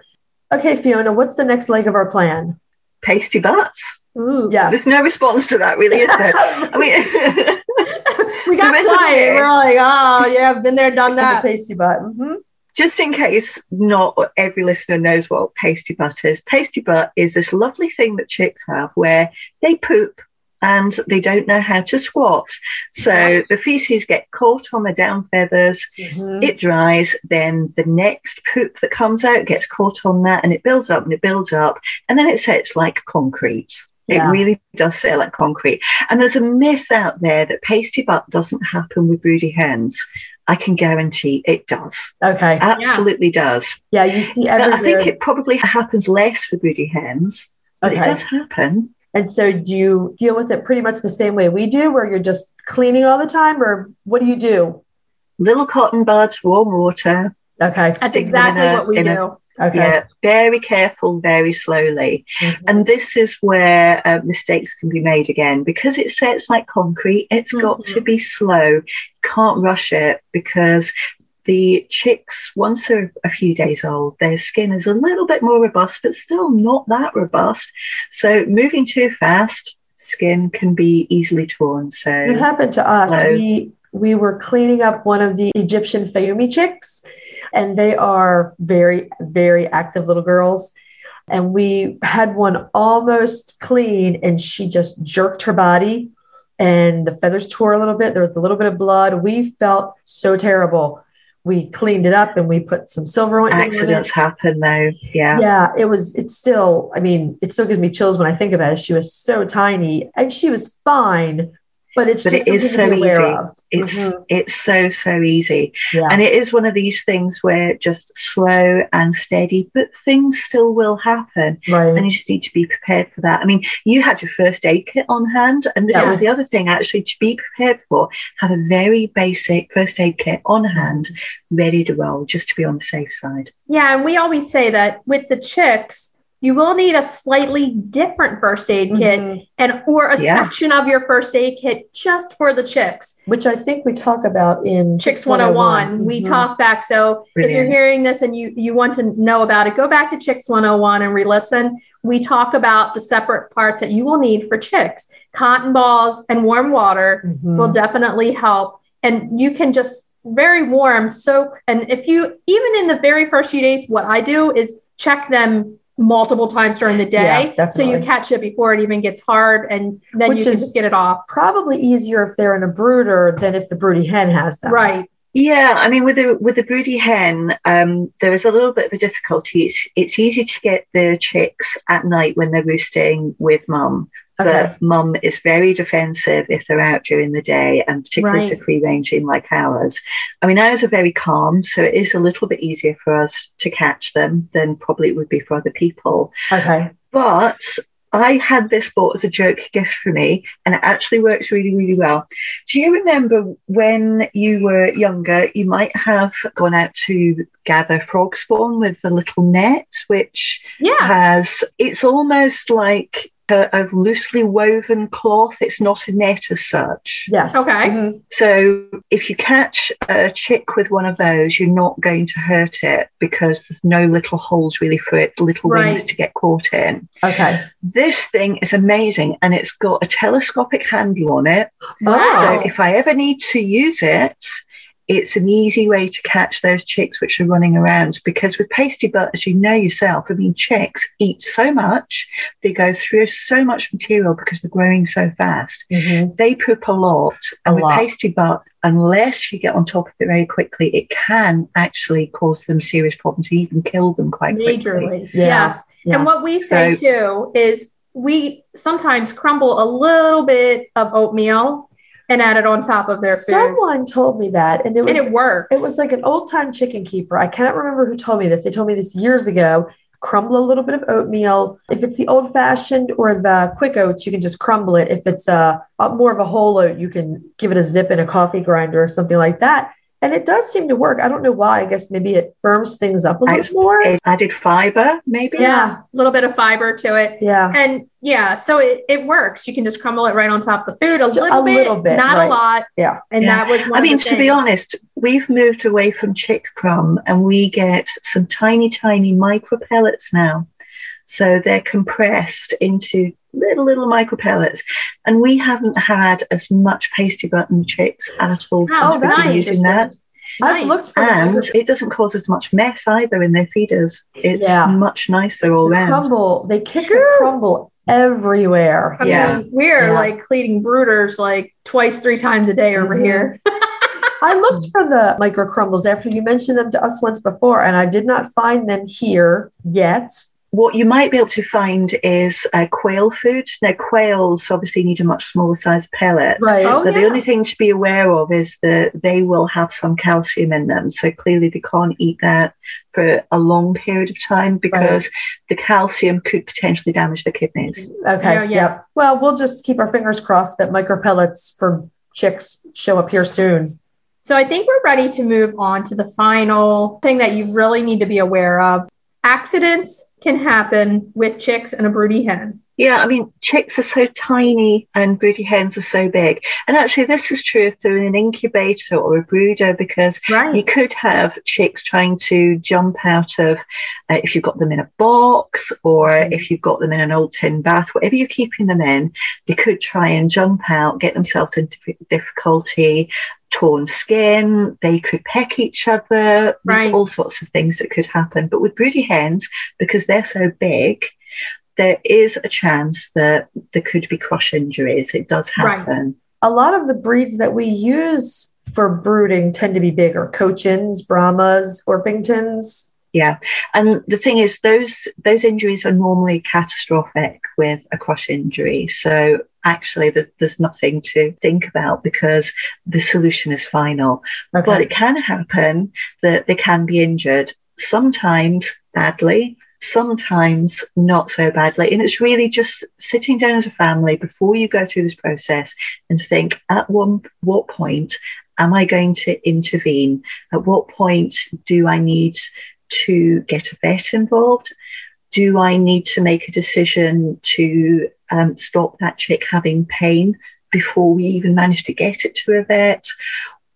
E: Okay, Fiona, what's the next leg of our plan?
D: Pasty butts.
F: Ooh.
E: Yes.
D: There's no response to that, really, is there? I mean,
F: we got
D: The rest of
F: quiet
D: it.
F: we're like oh yeah i've been there done
E: The
F: that
E: pasty butt. Mhm.
D: just in case not every listener knows what pasty butt is, pasty butt is this lovely thing that chicks have where they poop and they don't know how to squat. So the feces get caught on the down feathers,
F: Mm-hmm.
E: Mhm.
D: it dries, then the next poop that comes out gets caught on that and it builds up and it builds up and then it sets like concrete.
E: Yeah.
D: It really does sit like concrete. And there's a myth out there that pasty butt doesn't happen with broody hens. I can guarantee it does
E: Okay.
D: absolutely does.
E: Yeah, you see
D: But
E: everywhere.
D: I think it probably happens less for broody hens, but
E: okay.
D: it does happen.
E: And so do you deal with it pretty much the same way we do, where you're just cleaning all the time, or what do you do?
D: Little cotton buds, warm water.
E: Okay.
F: that's
D: stick them in
F: exactly
D: a-
F: what we
D: in a-
F: do
E: Okay.
D: Yeah, very careful, very slowly.
E: Mhm.
D: And this is where uh, mistakes can be made again because it sets like concrete. It's got
F: Mhm.
D: to be slow. Can't rush it because the chicks, once they're a few days old, their skin is a little bit more robust, but still not that robust. So moving too fast, skin can be easily torn. So
E: It happened to us.
D: Hello.
E: We we were cleaning up one of the Egyptian Fayumi chicks, and they are very very active little girls. And we had one almost clean, and she just jerked her body, and the feathers tore a little bit. There was a little bit of blood. We felt so terrible. We cleaned it up, and we put some silver ointment. on it.
D: accidents happen though. Yeah.
E: Yeah, it was, it's still, I mean, it still gives me chills when I think about it. She was so tiny and she was fine, but it's
D: But
E: just
D: it is
E: something to be
D: so
E: aware
D: easy.
E: of.
D: It's
E: Mhm.
D: it's so so easy.
E: yeah.
D: And it is one of these things where just slow and steady, but things still will happen. And
E: right.
D: you just need to be prepared for that. I mean, you had your first aid kit on hand, and this
E: Yes.
D: is the other thing actually to be prepared for. Have a very basic first aid kit on hand, ready to roll, just to be on the safe side.
F: Yeah, and we always say that with the chicks, you will need a slightly different first aid kit
E: Mhm.
F: and or a
D: Yeah.
F: section of your first aid kit just for the chicks.
E: Which I think we talk about in
F: Chicks 101. We
E: Mhm.
F: talk back. So if you're
D: Brilliant.
F: hearing this and you you want to know about it, go back to Chicks 101 and re-listen. We talk about the separate parts that you will need for chicks. Cotton balls and warm water
E: Mhm.
F: will definitely help. And you can just very warm soak. And if you, even in the very first few days, what I do is check them multiple times during the day.
E: Yeah,
F: so you
E: definitely.
F: catch it before it even gets hard and then
E: Which
F: you can
E: is-
F: just get it off.
E: probably easier if they're in a brooder than if the broody hen has them.
F: Right.
D: Yeah, I mean, with a with a broody hen, um, there is a little bit of a difficulty. It's it's easy to get the chicks at night when they're roosting with mum,
E: Okay.
D: but mum is very defensive if they're out during the day, and particularly
F: Right.
D: to free ranging like ours. I mean, ours are very calm, so it is a little bit easier for us to catch them than probably it would be for other people.
E: Okay.
D: But I had this bought as a joke gift for me, and it actually works really, really well. Do you remember when you were younger, you might have gone out to gather frog spawn with the little net, which
F: Yeah.
D: has, it's almost like a, a loosely woven cloth. It's not a net as such.
E: Yes.
F: Okay.
E: Mhm.
D: So if you catch a chick with one of those, you're not going to hurt it because there's no little holes really for its little wings
F: Right.
D: to get caught in
E: Okay.
D: this thing is amazing and it's got a telescopic handle on it.
F: Wow.
E: Oh.
D: So if I ever need to use it, it's an easy way to catch those chicks which are running around because with pasty butters, you know yourself. I mean, chicks eat so much, they go through so much material because they're growing so fast.
E: Mhm.
D: They poop a lot, and
E: A
D: with
E: lot.
D: pasty butt, unless you get on top of it very quickly, it can actually cause them serious problems, even kill them quite quickly.
F: Majorly.
E: Yeah.
F: Yes.
E: Yeah.
F: And what we say too is we sometimes crumble a little bit of oatmeal and add it on top of their food.
E: Someone told me that, and it was
F: and it works.
E: It was like an old time chicken keeper. I cannot remember who told me this. They told me this years ago. Crumble a little bit of oatmeal. If it's the old fashioned or the quick oats, you can just crumble it. If it's a, a more of a whole oat, you can give it a zip in a coffee grinder or something like that. And it does seem to work. I don't know why. I guess maybe it firms things up a
D: I-
E: little more.
D: It added fiber, maybe.
F: yeah. A little bit of fiber to it.
E: yeah.
F: And yeah, so it, it works. You can just crumble it right on top of the food a
E: Ju-
F: little,
E: a
F: bit,
E: little bit,
F: not
E: right.
F: a lot.
E: Yeah.
F: And
D: Yeah.
F: that was one
D: I
F: of
D: mean,
F: the
D: to be
F: things.
D: honest, we've moved away from chickcrumb and we get some tiny, tiny micro pellets now. So they're compressed into little, little micro pellets. And we haven't had as much pasty button chicks at all since
F: Oh,
D: we've been
F: that's
D: using that.
E: I've
F: nice.
E: looked for the
D: And it doesn't cause as much mess either in their feeders. It's
E: Yeah.
D: much nicer all round.
E: crumble. They kick the
F: Sure.
E: crumble everywhere.
F: I
D: yeah.
F: mean, we're
E: Yeah.
F: like cleaning brooders like twice, three times a day over
E: Mhm.
F: here.
E: I looked for the micro crumbles after you mentioned them to us once before, and I did not find them here yet.
D: What you might be able to find is uh, quail food. Now, quails obviously need a much smaller size pellet.
E: Right.
F: Oh,
D: But
F: yeah.
D: the only thing to be aware of is that they will have some calcium in them. So clearly they can't eat that for a long period of time because the calcium could potentially damage the kidneys.
E: Okay.
F: Yeah, yeah.
E: Yep. Well, we'll just keep our fingers crossed that micro pellets for chicks show up here soon.
F: So I think we're ready to move on to the final thing that you really need to be aware of. Accidents can happen with chicks and a broody hen.
D: Yeah, I mean, chicks are so tiny and broody hens are so big. And actually, this is true if they're in an incubator or a brooder because you
F: Right.
D: could have chicks trying to jump out of, uh, if you've got them in a box or
F: Mm.
D: if you've got them in an old tin bath, whatever you're keeping them in, they could try and jump out, get themselves into difficulty, torn skin, they could peck each other.
F: Right.
D: There's all sorts of things that could happen. But with broody hens, because they're so big, there is a chance that there could be crush injuries. It does
F: Right.
D: happen.
E: A lot of the breeds that we use for brooding tend to be bigger Cochins, Brahmas, Orpingtons.
D: Yeah, and the thing is, those those injuries are normally catastrophic with a crush injury. So actually, there's, there's nothing to think about because the solution is final.
E: Okay.
D: But it can happen that they can be injured sometimes badly, sometimes not so badly, and it's really just sitting down as a family before you go through this process and think at one what point am I going to intervene? At what point do I need to get a vet involved. do I need to make a decision to um, stop that chick having pain before we even manage to get it to a vet?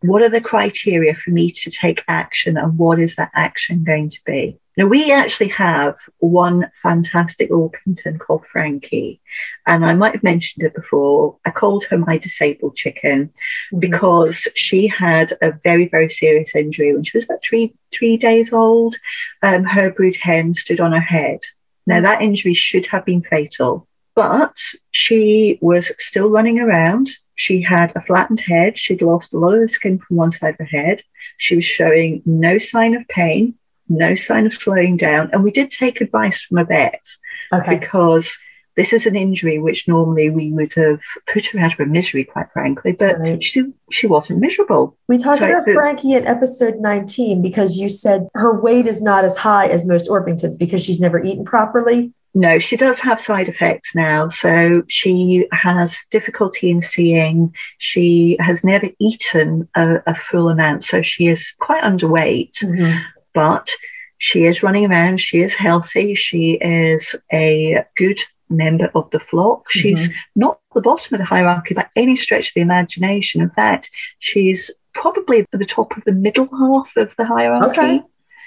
D: What are the criteria for me to take action and what is that action going to be? Now, we actually have one fantastic Orpington called Frankie, and I might have mentioned it before. I called her my disabled chicken mm-hmm. because she had a very, very serious injury when she was about three, three days old. Um, her brood hen stood on her head. Now, that injury should have been fatal, but she was still running around. She had a flattened head. She'd lost a lot of the skin from one side of her head. She was showing no sign of pain no sign of slowing down. And we did take advice from a vet okay. because this is an injury which normally we would have put her out of her misery, quite frankly, but right. she, she wasn't miserable.
E: We talked so, about Frankie in episode 19 because you said her weight is not as high as most Orpingtons because she's never eaten properly.
D: No, she does have side effects now. So she has difficulty in seeing. She has never eaten a, a full amount. So she is quite underweight. Mm-hmm but she is running around. She is healthy. She is a good member of the flock. She's mm-hmm. not the bottom of the hierarchy by any stretch of the imagination. In fact, she's probably at the top of the middle half of the hierarchy. Okay.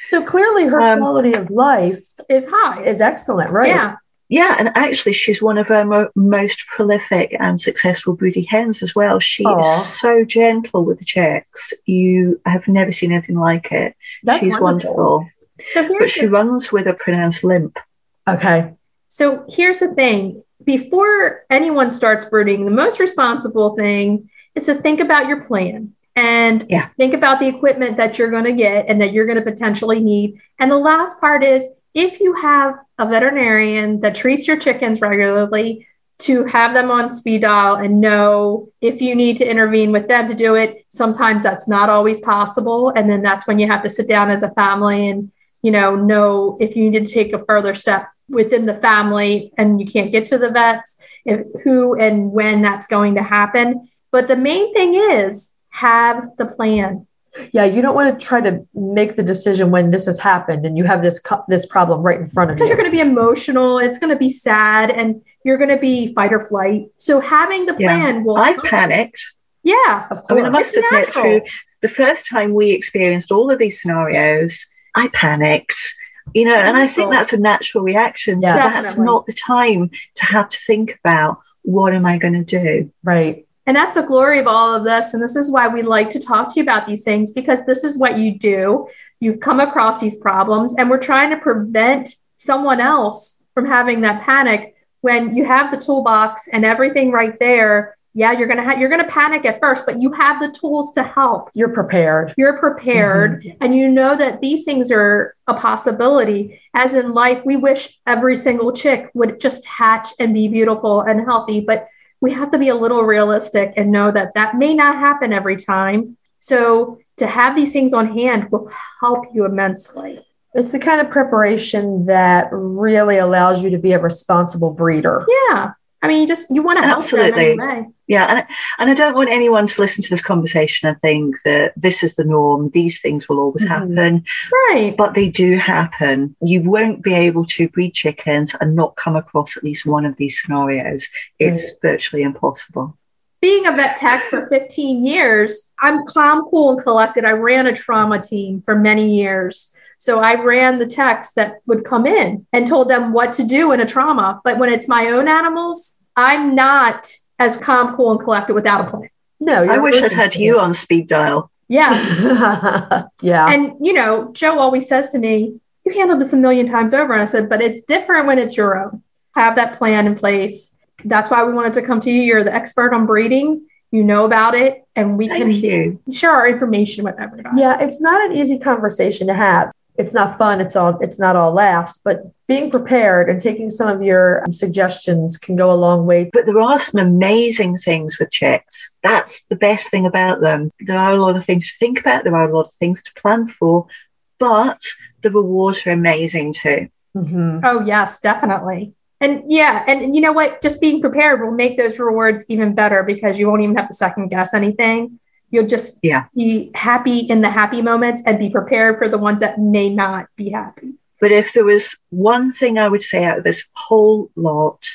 E: So clearly, her um, quality of life
F: is high,
E: is excellent, right?
F: Yeah.
D: Yeah, and actually, she's one of our mo- most prolific and successful broody hens as well. She Aww. is so gentle with the chicks; you have never seen anything like it. That's she's wonderful. wonderful. So but she the- runs with a pronounced limp.
E: Okay.
F: So here's the thing: before anyone starts brooding, the most responsible thing is to think about your plan and yeah. think about the equipment that you're going to get and that you're going to potentially need. And the last part is if you have a veterinarian that treats your chickens regularly, to have them on speed dial and know if you need to intervene with them to do it. Sometimes that's not always possible. And then that's when you have to sit down as a family and, you know, know if you need to take a further step within the family and you can't get to the vets, if, who and when that's going to happen. But the main thing is have the plan
E: yeah you don't want to try to make the decision when this has happened and you have this co- this problem right in front of
F: because
E: you
F: because you're going to be emotional it's going to be sad and you're going to be fight or flight so having the plan yeah. will
D: i panicked
F: yeah
D: of course i mean i must it's admit natural. through the first time we experienced all of these scenarios i panicked you know it's and natural. i think that's a natural reaction yeah, so definitely. that's not the time to have to think about what am i going to do
E: right
F: and that's the glory of all of this. And this is why we like to talk to you about these things because this is what you do. You've come across these problems, and we're trying to prevent someone else from having that panic when you have the toolbox and everything right there. Yeah, you're gonna ha- you're gonna panic at first, but you have the tools to help.
E: You're prepared.
F: You're prepared, mm-hmm. and you know that these things are a possibility. As in life, we wish every single chick would just hatch and be beautiful and healthy, but we have to be a little realistic and know that that may not happen every time. So to have these things on hand will help you immensely.
E: It's the kind of preparation that really allows you to be a responsible breeder.
F: Yeah. I mean, you just you want to
D: absolutely, yeah, and and I don't want anyone to listen to this conversation and think that this is the norm. These things will always mm-hmm. happen,
F: right?
D: But they do happen. You won't be able to breed chickens and not come across at least one of these scenarios. It's right. virtually impossible.
F: Being a vet tech for 15 years, I'm calm, cool, and collected. I ran a trauma team for many years. So I ran the techs that would come in and told them what to do in a trauma. But when it's my own animals, I'm not as calm, cool, and collected without a plan.
E: No,
D: I wish I'd had you on speed dial.
F: Yeah.
E: yeah.
F: And, you know, Joe always says to me, You handled this a million times over. And I said, But it's different when it's your own. Have that plan in place. That's why we wanted to come to you. You're the expert on breeding you know about it and we
D: Thank can
F: you. share our information with everybody.
E: Yeah, it's not an easy conversation to have. It's not fun, it's all it's not all laughs, but being prepared and taking some of your suggestions can go a long way.
D: But there are some amazing things with chicks. That's the best thing about them. There are a lot of things to think about, there are a lot of things to plan for, but the rewards are amazing too.
F: Mm-hmm. Oh, yes, definitely. And yeah, and you know what? Just being prepared will make those rewards even better because you won't even have to second guess anything. You'll just
D: yeah.
F: be happy in the happy moments and be prepared for the ones that may not be happy.
D: But if there was one thing I would say out of this whole lot,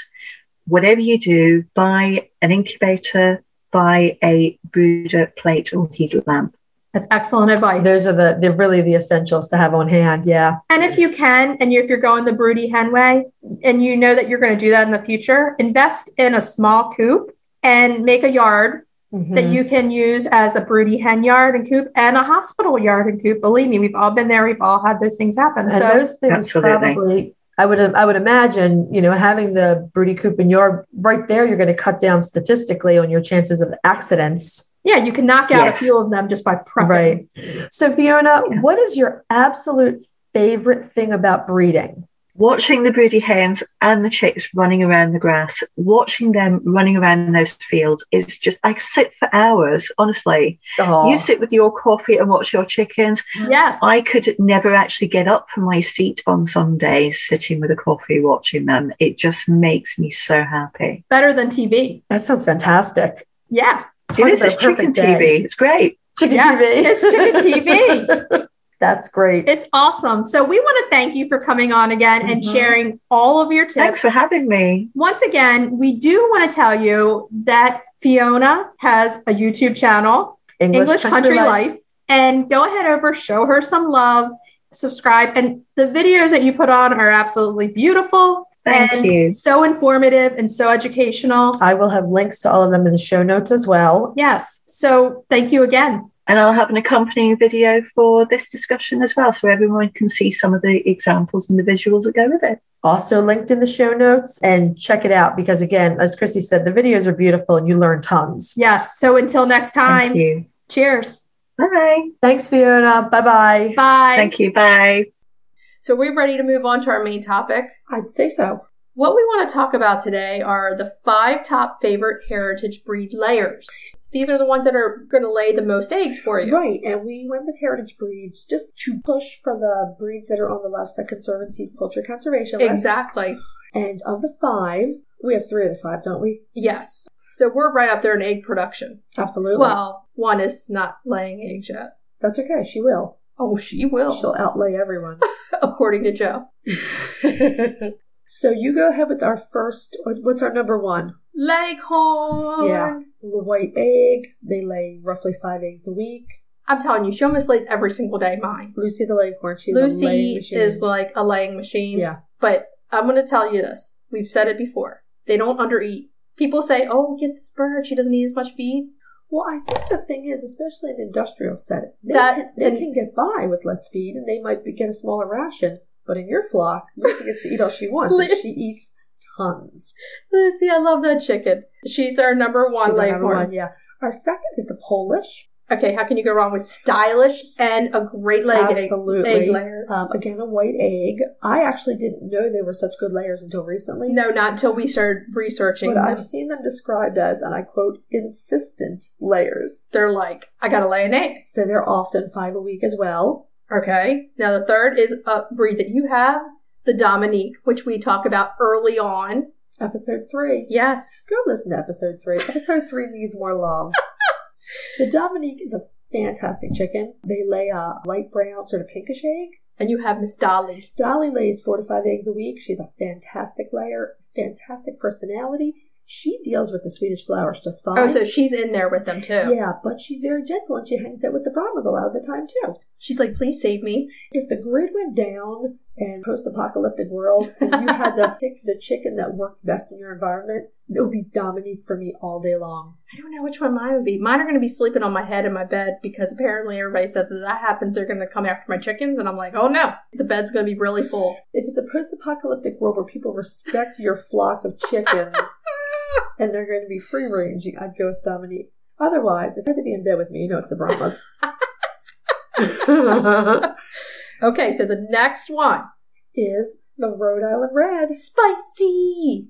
D: whatever you do, buy an incubator, buy a Buddha plate or heat lamp.
F: That's excellent advice.
E: Those are the they're really the essentials to have on hand. Yeah.
F: And if you can, and if you're going the broody hen way, and you know that you're going to do that in the future, invest in a small coop and make a yard
D: Mm-hmm.
E: Mhm.
F: that you can use as a broody hen yard and coop and a hospital yard and coop. Believe me, we've all been there. We've all had those things happen.
E: and
F: so
E: those things
D: Absolutely.
E: probably I would I would imagine, you know, having the broody coop in your right there, you're gonna cut down statistically on your chances of accidents.
F: yeah, you can knock out
D: Yes.
F: a few of them just by prepping.
E: Right. So, Fiona,
D: Yeah.
E: what is your absolute favorite thing about breeding?
D: Watching the broody hens and the chicks running around the grass, watching them running around those fields is just, I sit for hours, honestly.
E: Oh,
D: You sit with your coffee and watch your chickens.
F: Yes.
D: I could never actually get up from my seat on some days sitting with a coffee watching them. It just makes me so happy.
F: better than TV.
E: that sounds fantastic.
F: Yeah.
D: It
E: Talk
D: is,
E: about
D: it's
E: a perfect
D: chicken
E: day.
D: TV. It's great.
E: Chicken
F: Yeah,
E: TV.
F: it's chicken
E: TV. That's great.
F: It's awesome. So we want to thank you for coming on again and
E: Mhm.
F: sharing all of your tips.
D: Thanks for having me.
F: Once again, we do want to tell you that Fiona has a YouTube channel, English, Country, Life. and go ahead over, show her some love, subscribe. And the videos that you put on are absolutely beautiful
D: Thank
F: and
D: you.
F: so informative and so educational.
E: I will have links to all of them in the show notes as well.
F: Yes. So thank you again.
D: And I'll have an accompanying video for this discussion as well, so everyone can see some of the examples and the visuals that go with it.
E: Also linked in the show notes and check it out because, again, as Chrissy said, the videos are beautiful and you learn tons.
F: Yes. So until next
D: Thank
F: time,
D: you.
F: cheers.
D: Bye.
E: Thanks, Fiona. Bye bye.
F: Bye.
D: Thank you. Bye.
B: So we're ready to move on to our main topic.
C: I'd say so.
B: What we want to talk about today are the five top favorite heritage breed layers. These are the ones that are going to lay the most eggs for you.
C: Right, and we went with heritage breeds just to push for the breeds that are on the left at Conservancy's poultry conservation list.
B: Exactly.
C: And of the five, we have three of the five, don't we?
B: Yes. So we're right up there in egg production.
C: Absolutely.
B: Well, one is not laying eggs yet.
C: that's okay. She will.
B: Oh, she will,
C: She'll outlay everyone.
B: according to Joe.
C: so you go ahead with our first. What's our number one?
B: Leghorn.
C: Yeah. The white egg. They lay roughly five eggs a week.
B: I'm telling you, she almost lays every single day. Mine.
C: Lucy the leghorn. She's a laying
B: Lucy
C: machine.
B: is like a laying machine.
C: yeah.
B: But I'm going to tell you this. We've said it before. They don't undereat. People say, oh, get this bird. She doesn't need as much feed.
C: Well, I think the thing is, especially in industrial setting, they,
B: That-
C: can, they can get by with less feed, and they might be, get a smaller ration. But in your flock, Lucy gets to eat all she wants, and she eats tons.
B: Lucy, I love that chicken. She's our number one
C: She's our number
B: leghorn.
C: one, yeah. Our second is the Polish.
B: Okay, how can you go wrong with stylish and a great leg egg-
C: Absolutely.
B: egg layer?
C: Um, again, a white egg. I actually didn't know they were such good layers until recently.
B: No, not until we started researching.
C: But I've seen them described as, and I quote, insistent layers.
B: They're like, I gotta lay an egg.
C: So they're often five a week as well.
B: Okay. Now the third is a breed that you have, the Dominique, which we talk about early on.
C: Episode three.
B: Yes.
C: Go listen to episode three. Episode three needs more love. the Dominique is a fantastic chicken. They lay a light brown, sort of pinkish egg.
B: And you have Miss Dolly.
C: Dolly lays four to five eggs a week. She's a fantastic layer, fantastic personality. She deals with the Swedish flowers just fine.
B: Oh, so she's in there with them too.
C: yeah, but she's very gentle and she hangs out with the Brahmas a lot of the time too.
B: She's like, please save me.
C: If the grid went down and post-apocalyptic world, and you had to pick the chicken that worked best in your environment, it would be Dominique for me all day long.
B: I don't know which one mine would be. Mine are going to be sleeping on my head in my bed because apparently everybody said that that happens. They're going to come after my chickens, and I'm like, oh no, the bed's going to be really full.
C: If it's a post-apocalyptic world where people respect your flock of chickens and they're going to be free-ranging, I'd go with Dominique. Otherwise, if they had to be in bed with me, you know it's the Brahmas.
B: Okay, so the next one,
C: is the Rhode Island Red.
B: spicy.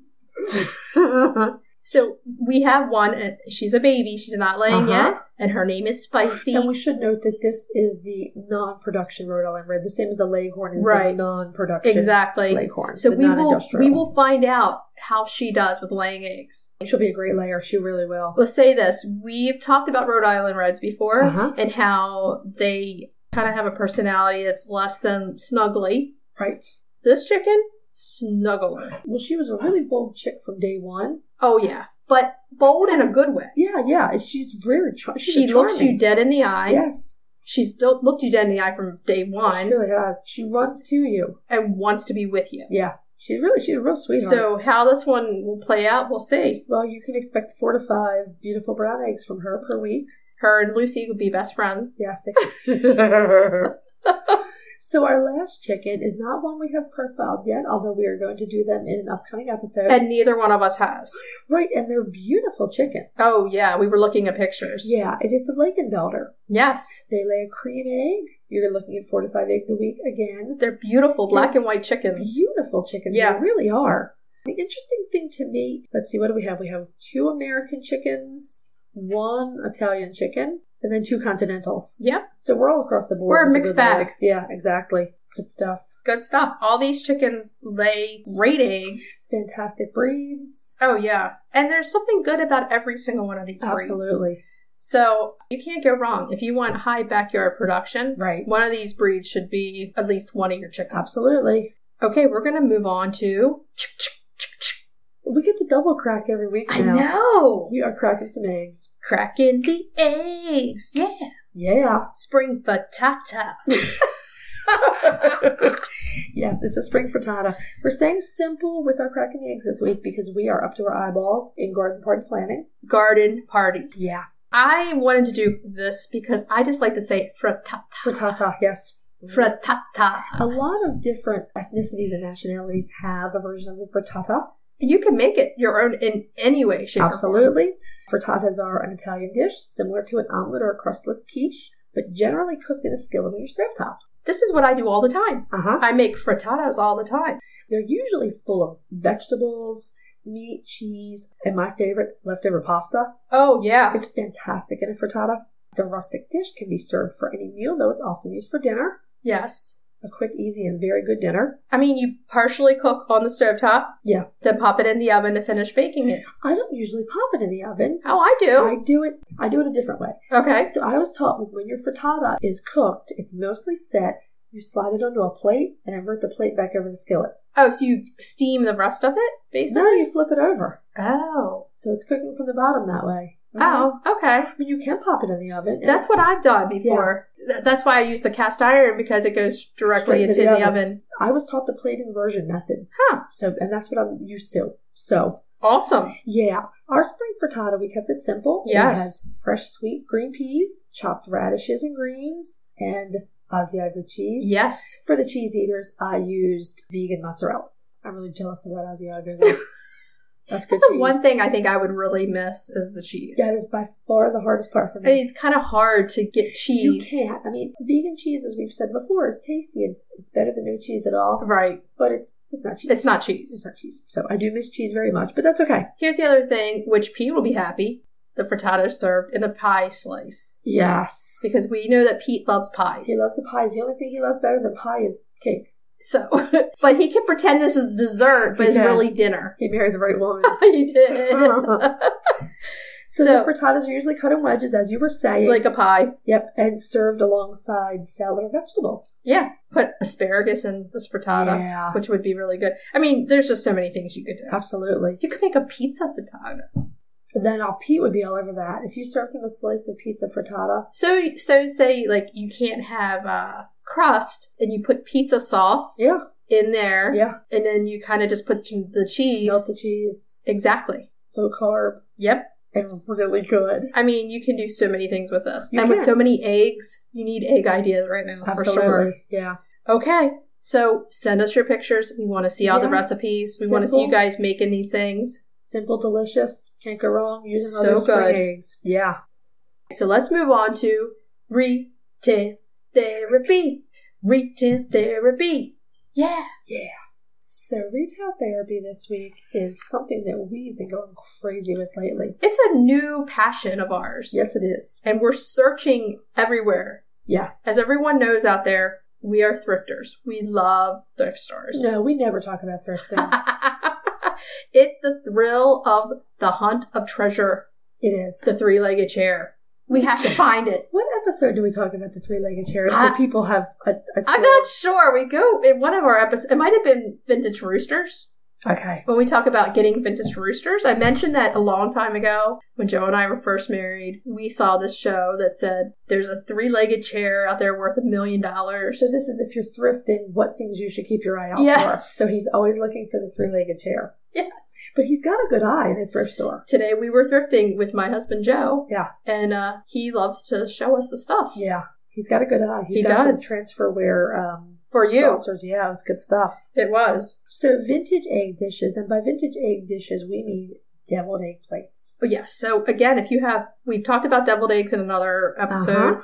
B: So we have one. And she's a baby. She's not laying
C: Uh-huh.
B: yet, and her name is Spicy.
C: And we should note that this is the non-production Rhode Island Red, the same as the Leghorn is
B: Right.
C: the non-production
B: exactly.
C: Leghorn.
B: So
C: the
B: we will
C: non-industrial.
B: we will find out how she does with laying eggs.
C: She'll be a great layer. She really will.
B: Let's say this: we've talked about Rhode Island Reds before,
C: Uh-huh.
B: and how they kind of have a personality that's less than snuggly.
C: Right.
B: This chicken, snuggler.
C: Well, she was a really bold chick from day one.
B: Oh yeah, but bold in a good way.
C: Yeah, yeah. And she's very char- she's
B: She looks you
C: charming.
B: dead in the eye.
C: Yes.
B: She's still looked you dead in the eye from day
C: She
B: one
C: really has. She runs to you.
B: and wants to be with you.
C: Yeah. She's really, she's a real sweetheart.
B: So how this one will play out, we'll see.
C: well, you can expect four to five beautiful brown eggs from her per week.
B: Her and Lucy would be best friends.
C: Yes, they So our last chicken is not one we have profiled yet, although we are going to do them in an upcoming episode.
B: And neither one of us has.
C: right, and they're beautiful chickens.
B: Oh yeah, we were looking at pictures.
C: yeah, it is the Lakenvelder.
B: Yes.
C: They lay a cream egg. You're looking at four to five eggs a week again.
B: They're beautiful black and white chickens.
C: Beautiful chickens,
B: Yeah.
C: they really are. The interesting thing to me, let's see, what do we have? We have two American chickens, one Italian chicken, and then two continentals.
B: Yep.
C: So we're all across the board.
B: We're a
C: with
B: mixed bag.
C: those. Yeah, exactly. Good stuff.
B: Good stuff. All these chickens lay great eggs.
C: Fantastic breeds.
B: Oh yeah. And there's something good about every single one of these breeds.
C: Absolutely.
B: So you can't go wrong. If you want high backyard production,
C: Right.
B: one of these breeds should be at least one of your chickens.
C: Absolutely.
B: Okay, we're gonna move on to
C: We get the double crack every week
B: I
C: now.
B: know.
C: We are cracking some eggs.
B: Cracking the eggs. Yeah.
C: Yeah.
B: Spring patata.
C: Yes, it's a spring frittata. We're staying simple with our cracking the eggs this week because we are up to our eyeballs in garden party planning.
B: Garden party.
C: Yeah.
B: I wanted to do this because I just like to say frittata.
C: Frittata, yes. A
B: Frittata.
C: lot of different ethnicities and nationalities have a version of the frittata.
B: You can make it your own in any way, shape, or form.
C: Absolutely. Frittatas are an Italian dish similar to an omelet or a crustless quiche, but generally cooked in a skillet on your stovetop.
B: This is what I do all the time.
C: Uh huh.
B: I make frittatas all the time.
C: They're usually full of vegetables, meat, cheese, and my favorite, leftover pasta.
B: Oh yeah.
C: It's fantastic in a frittata. It's a rustic dish, can be served for any meal, though it's often used for dinner.
B: Yes.
C: A quick, easy, and very good dinner.
B: I mean, you partially cook on the stovetop.
C: Yeah.
B: Then pop it in the oven to finish baking it.
C: I don't usually pop it in the oven.
B: Oh, I do.
C: I do it. I do it a different way.
B: Okay.
C: So I was taught when your frittata is cooked, it's mostly set. You slide it onto a plate and invert the plate back over the skillet.
B: Oh, so you steam the rest of it, basically?
C: Now you flip it over,
B: Oh.
C: so it's cooking from the bottom that way. Uh-huh.
B: Oh, okay.
C: I mean you can pop it in the oven. and
B: That's what I've done before. Th- That's why I use the cast iron because it goes directly
C: Straight
B: into the oven.
C: I was taught the plate inversion method.
B: Huh.
C: So, and that's what I'm used to. So,
B: Awesome.
C: yeah, our spring frittata we kept it simple.
B: Yes.
C: it has fresh sweet green peas, chopped radishes and greens, and Asiago cheese.
B: Yes.
C: For the cheese eaters, I used vegan mozzarella. I'm really jealous of that Asiago. though. that's good
B: That's the
C: cheese.
B: one thing I think I would really miss is the cheese.
C: That is by far the hardest part for
B: I
C: me.
B: mean, it's kind of hard to get cheese.
C: Mm-hmm. You can't. I mean, vegan cheese, as we've said before, is tasty. It's, it's better than no cheese at all,
B: Right.
C: but it's it's not cheese.
B: It's not
C: It's
B: cheese.
C: not cheese. So I do miss cheese very much, but that's okay.
B: Here's the other thing, which Pete will be happy. The frittata is served in a pie slice.
C: Yes.
B: Because we know that Pete loves pies.
C: He loves the pies. The only thing he loves better than pie is cake.
B: So, but he can pretend this is dessert, but
C: He
B: it's
C: can.
B: really dinner.
C: He married the right woman.
B: you did. So-
C: so, the frittatas are usually cut in wedges, as you were saying.
B: like a pie.
C: yep, and served alongside salad or vegetables.
B: Yeah. Put asparagus in this frittata,
C: Yeah,
B: which would be really good. I mean, there's just so many things you could do.
C: absolutely.
B: You could make a pizza frittata.
C: Then our Pete would be all over that. If you served him a slice of pizza frittata,
B: So, so say like you can't have uh, crust, and you put pizza sauce
C: yeah,
B: in there,
C: yeah,
B: and then you kind of just put the cheese.
C: melt the cheese,
B: Exactly.
C: low carb,
B: Yep.
C: and really good.
B: I mean, you can do so many things with this,
C: You
B: and with
C: can.
B: so many eggs, you need egg ideas right now
C: Absolutely,
B: for sure.
C: yeah.
B: Okay. So send us your pictures. We want to see all the
C: Yeah.
B: recipes. We want to see
C: Simple.
B: you guys making these things.
C: Simple, delicious, can't go wrong. Using
B: So
C: other spring
B: good.
C: eggs, yeah.
B: So let's move on to retail therapy. Retail therapy. Yeah.
C: Yeah. So retail therapy this week is something that we've been going crazy with lately.
B: It's a new passion of ours.
C: Yes, it is.
B: And we're searching everywhere.
C: Yeah.
B: As everyone knows out there, we are thrifters. We love thrift stores.
C: No, we never talk about thrift now.
B: it's the thrill of the hunt of treasure,
C: it is.
B: the three legged chair. We have to find it.
C: What episode do we talk about the three-legged chair? And
B: I-
C: so people have a, a
B: I'm not sure. We go in one of our episodes. It might have been vintage roosters
C: okay.
B: when we talk about getting vintage roosters. I mentioned that a long time ago when Joe and I were first married. We saw this show that said there's a three-legged chair out there worth a million dollars.
C: So this is if you're thrifting, what things you should keep your eye out
B: Yeah.
C: for. So he's always looking for the three-legged chair.
B: Yes.
C: But he's got a good eye in his thrift store.
B: Today we were thrifting with my husband Joe.
C: Yeah.
B: and uh, he loves to show us the stuff.
C: Yeah, he's got a good eye.
B: He
C: found
B: does.
C: Some transferware um,
B: For you.
C: saucers. Yeah, it's good stuff.
B: It was,
C: So vintage egg dishes, and by vintage egg dishes we mean deviled egg plates.
B: but yes. So again, if you have, we've talked about deviled eggs in another episode.
C: Uh-huh.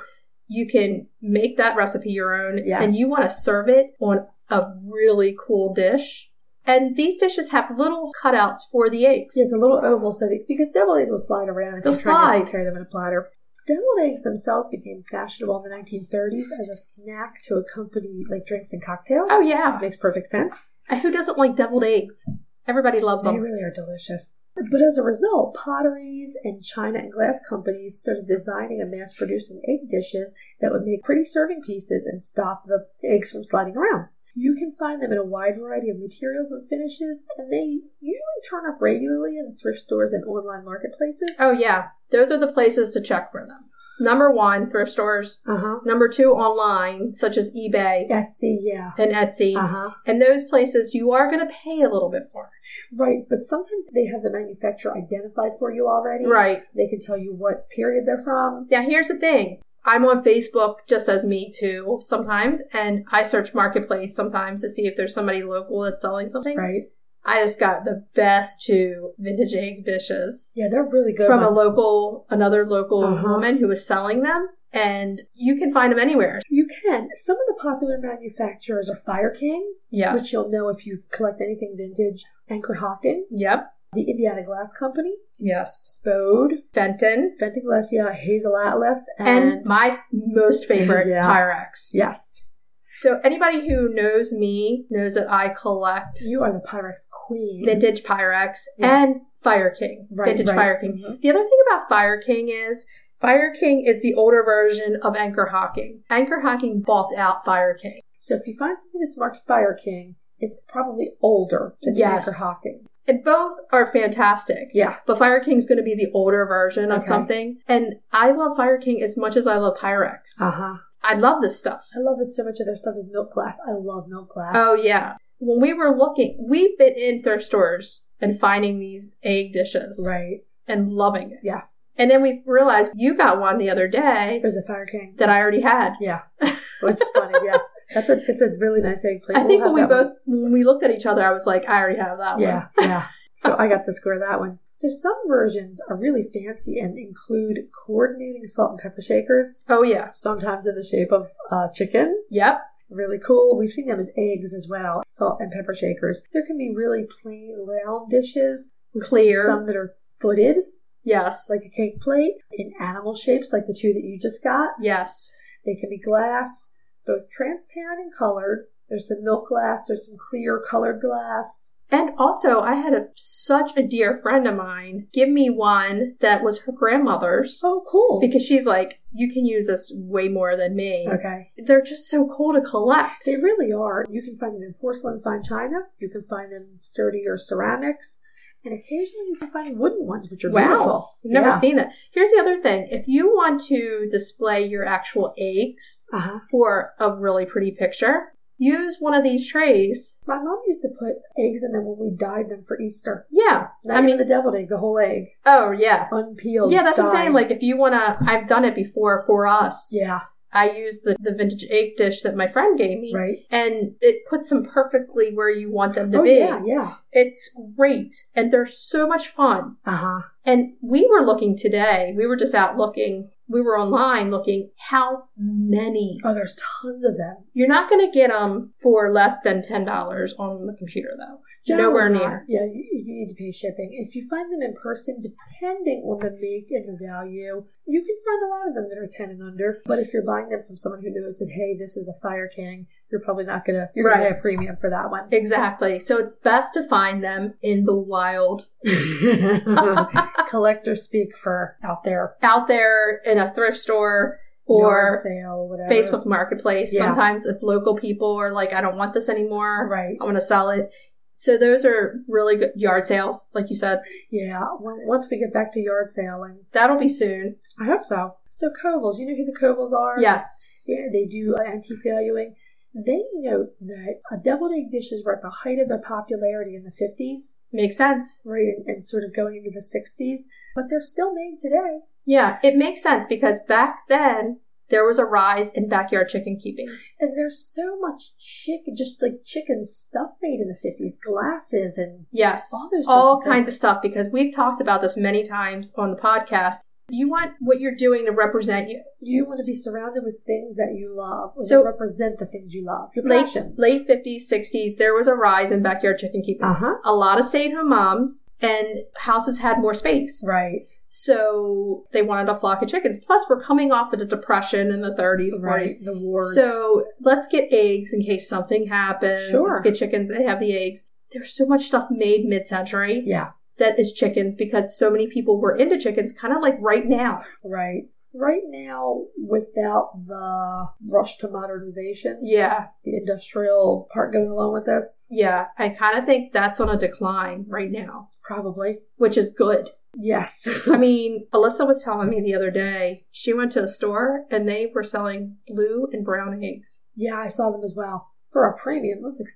B: You can make that recipe your own,
C: Yes.
B: and you want to serve it on a really cool dish. And these dishes have little cutouts for the eggs.
C: Yeah, it's a little oval so that because deviled eggs will slide around if
B: They'll
C: you're trying
B: slide.
C: to carry them in a platter. Deviled eggs themselves became fashionable in the 1930s as a snack to accompany like drinks and cocktails.
B: Oh yeah,
C: makes perfect sense.
B: And who doesn't like deviled eggs? Everybody loves
C: They
B: them.
C: really are delicious. But as a result, potteries and china and glass companies started designing and mass producing egg dishes that would make pretty serving pieces and stop the eggs from sliding around. You can find them in a wide variety of materials and finishes, and they usually turn up regularly in thrift stores and online marketplaces.
B: Oh yeah, those are the places to check for them. Number one, thrift stores.
C: Uh huh.
B: Number two, online, such as eBay
C: Etsy, yeah.
B: and Etsy.
C: Uh huh.
B: And those places you are going to pay a little bit for.
C: Right, but sometimes they have the manufacturer identified for you already.
B: Right.
C: They can tell you what period they're from.
B: Now, here's the thing I'm on Facebook just as me too sometimes, and I search Marketplace sometimes to see if there's somebody local that's selling something.
C: Right.
B: I just got the best two vintage egg dishes
C: Yeah, they're really good.
B: from a
C: ones.
B: local, another local
C: Uh-huh.
B: woman who was selling them, and you can find them anywhere.
C: You can. Some of the popular manufacturers are Fire King,
B: Yes.
C: which you'll know if you collect anything vintage, Anchor Hawken,
B: Yep.
C: the Indiana Glass Company,
B: Yes.
C: Spode,
B: Fenton.
C: Fenton Glass, yeah, Hazel Atlas, and,
B: And my most favorite,
C: Yeah.
B: Pyrex.
C: yes,
B: So anybody who knows me knows that I collect
C: you are the Pyrex queen.
B: vintage Pyrex
C: Yeah.
B: and Fire King.
C: Right,
B: vintage
C: right.
B: Fire King.
C: Mhm.
B: The other thing about Fire King is Fire King is the older version of Anchor Hawking. Anchor Hawking bought out Fire King.
C: So if you find something that's marked Fire King, it's probably older than the
B: Yes.
C: Anchor Hawken.
B: And both are fantastic.
C: Yeah,
B: But Fire King's going to be the older version of
C: Okay.
B: something. And I love Fire King as much as I love Pyrex.
C: uh huh.
B: I love this stuff.
C: I love that so much of their stuff is milk glass. I love milk glass.
B: Oh yeah. When we were looking, we've been in thrift stores and finding these egg dishes
C: right.
B: and loving it.
C: Yeah.
B: And then we realized you got one the other day
C: There's a Fire King.
B: that I already had.
C: Yeah, which is funny. Yeah, that's a it's a really nice egg plate.
B: I think when
C: We'll
B: we
C: have that one.
B: both when we looked at each other, I was like, I already have that
C: Yeah,
B: one.
C: yeah. So I got to score that one. So some versions are really fancy and include coordinating salt and pepper shakers,
B: Oh yeah.
C: sometimes in the shape of uh, chicken.
B: Yep.
C: Really cool. We've seen them as eggs as well, salt and pepper shakers. There can be really plain round dishes. We've seen
B: Clear.
C: Some that are footed,
B: Yes.
C: like a cake plate, in animal shapes, like the two that you just got.
B: yes.
C: They can be glass, both transparent and colored. There's some milk glass, there's some clear colored glass.
B: And also, I had a, such a dear friend of mine give me one that was her grandmother's
C: Oh, cool.
B: because she's like, you can use this way more than me.
C: okay.
B: They're just so cool to collect.
C: They really are. You can find them in porcelain, fine china. You can find them in sturdier ceramics. And occasionally you can find wooden ones, which are
B: Wow.
C: beautiful.
B: I've never
C: Yeah.
B: seen it. Here's the other thing. If you want to display your actual eggs
C: Uh-huh.
B: for a really pretty picture, use one of these trays.
C: My mom used to put eggs in them when we dyed them for Easter.
B: Yeah.
C: Not
B: I
C: even
B: mean,
C: the deviled egg, the whole egg.
B: oh, yeah.
C: Unpeeled.
B: Yeah, that's what I'm
C: dyed.
B: saying. Like, if you want to, I've done it before for us.
C: Yeah,
B: I used the, the vintage egg dish that my friend gave me.
C: right.
B: And it puts them perfectly where you want them to
C: oh,
B: be.
C: yeah, yeah.
B: It's great. And they're so much fun.
C: Uh-huh.
B: And we were looking today, we were just out looking, we were online looking how many.
C: Oh, there's tons of them.
B: You're not going to get them for less than $10 on the computer, though. Nowhere
C: Generally
B: near.
C: not. Yeah, you, you need to pay shipping. If you find them in person, depending on the make and the value, you can find a lot of them that are ten and under. But if you're buying them from someone who knows that hey, this is a Fire King, you're probably not gonna you're
B: Right.
C: gonna pay a premium for that one.
B: Exactly. So it's best to find them in the wild,
C: Collector speak for out there.
B: out there in a thrift store
C: yard
B: or
C: sale, whatever.
B: Facebook Marketplace.
C: Yeah.
B: Sometimes if local people are like, I don't want this anymore,
C: Right.
B: I want to sell it. So those are really good yard sales, like you said.
C: Yeah. on- Once we get back to yard selling,
B: That'll be soon.
C: I hope so. So Covels, you know who the Covels are?
B: Yes.
C: Yeah, they do uh, antique valuing. They note that uh, deviled egg dishes were at the height of their popularity in the 50s,
B: Makes sense.
C: right, and, and sort of going into the 60s, but they're still made today.
B: Yeah, it makes sense because back then there was a rise in backyard chicken keeping.
C: And there's so much chicken, just like chicken stuff made in the 50s, glasses and
B: Yes.
C: all those sorts
B: all
C: of things.
B: kinds of stuff because we've talked about this many times on the podcast. You want what you're doing to represent you.
C: You want to be surrounded with things that you love, or
B: So-
C: that represent the things you love, your
B: Late
C: passions.
B: late 50s, 60s, there was a rise in backyard chicken keeping.
C: uh huh.
B: A lot of stay-at-home moms and houses had more space.
C: Right.
B: So they wanted a flock of chickens. Plus, we're coming off of the depression in the 30s, 40s.
C: Right. The wars.
B: So let's get eggs in case something happens.
C: Sure.
B: Let's get chickens and have the eggs. There's so much stuff made mid-century
C: yeah.
B: that is chickens because so many people were into chickens, kind of like right now.
C: Right. Right now, without the rush to modernization,
B: Yeah.
C: the industrial part going along with this?
B: Yeah, I kind of think that's on a decline right now,
C: Probably.
B: which is good.
C: Yes.
B: I mean, Alyssa was telling me the other day she went to a store and they were selling blue and brown eggs
C: yeah, I saw them as well. For a premium, it was like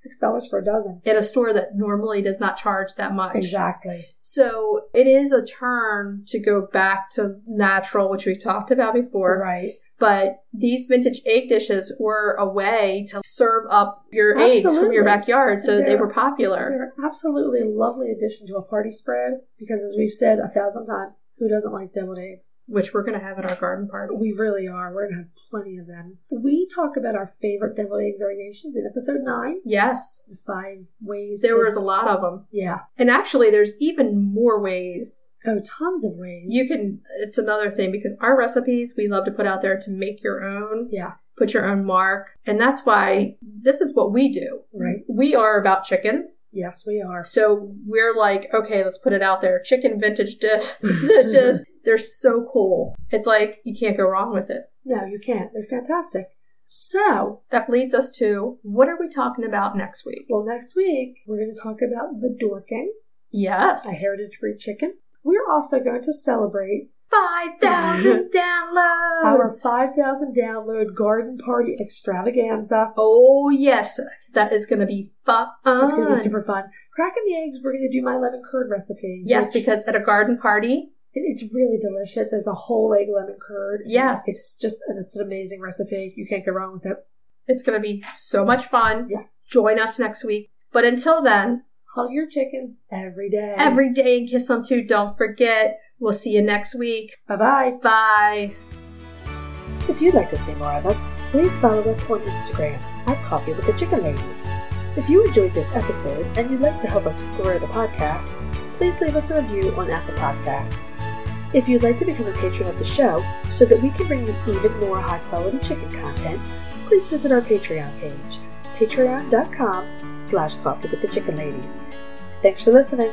C: $6 for a dozen.
B: at a store that normally does not charge that much.
C: Exactly.
B: So it is a turn to go back to natural, which we talked about before.
C: Right.
B: But these vintage egg dishes were a way to serve up your eggs from
C: Absolutely.
B: your backyard, so they
C: They're-
B: were popular.
C: They're an absolutely lovely addition to a party spread because, as we've said a thousand times, who doesn't like deviled eggs?
B: Which we're gonna have at our garden party.
C: We really are. We're going to have plenty of them. We talk about our favorite deviled egg variations in episode 9
B: Yes,
C: the five ways.
B: there
C: to-
B: was a lot of them.
C: Yeah.
B: And actually, there's even more ways.
C: Oh, tons of ways.
B: You can, it's another thing because our recipes we love to put out there to make your own,
C: Yeah.
B: put your own mark. And that's why this is what we do.
C: Right.
B: We are about chickens.
C: Yes, we are.
B: So we're like, okay, let's put it out there. Chicken vintage dish. dishes. They're so cool. It's like you can't go wrong with it.
C: No, you can't. They're fantastic. So,
B: That leads us to what are we talking about next week?
C: Well, next week we're going to talk about the Dorking,
B: Yes.
C: a heritage breed chicken. We're also going to celebrate
B: 5,000 downloads.
C: our 5,000 download garden party extravaganza.
B: Oh yes, that is going to be fun.
C: It's going to be super fun. Cracking the eggs, we're going to do my lemon curd recipe.
B: Yes,
C: which-
B: because at a garden party,
C: it- it's really delicious. It's a whole egg lemon curd.
B: Yes.
C: It's just, it's an amazing recipe. You can't go wrong with it.
B: it's going to be so much fun.
C: Yeah.
B: Join us next week. But until then,
C: Hug your chickens every day.
B: every day and kiss them too. Don't forget. We'll see you next week.
C: Bye bye.
B: Bye.
C: If you'd like to see more of us, please follow us on Instagram at Coffee with the Chicken Ladies. If you enjoyed this episode and you'd like to help us grow the podcast, please leave us a review on Apple Podcasts. If you'd like to become a patron of the show so that we can bring you even more high quality chicken content, please visit our Patreon page, patreon.com slash coffee with the chicken ladies. Thanks for listening.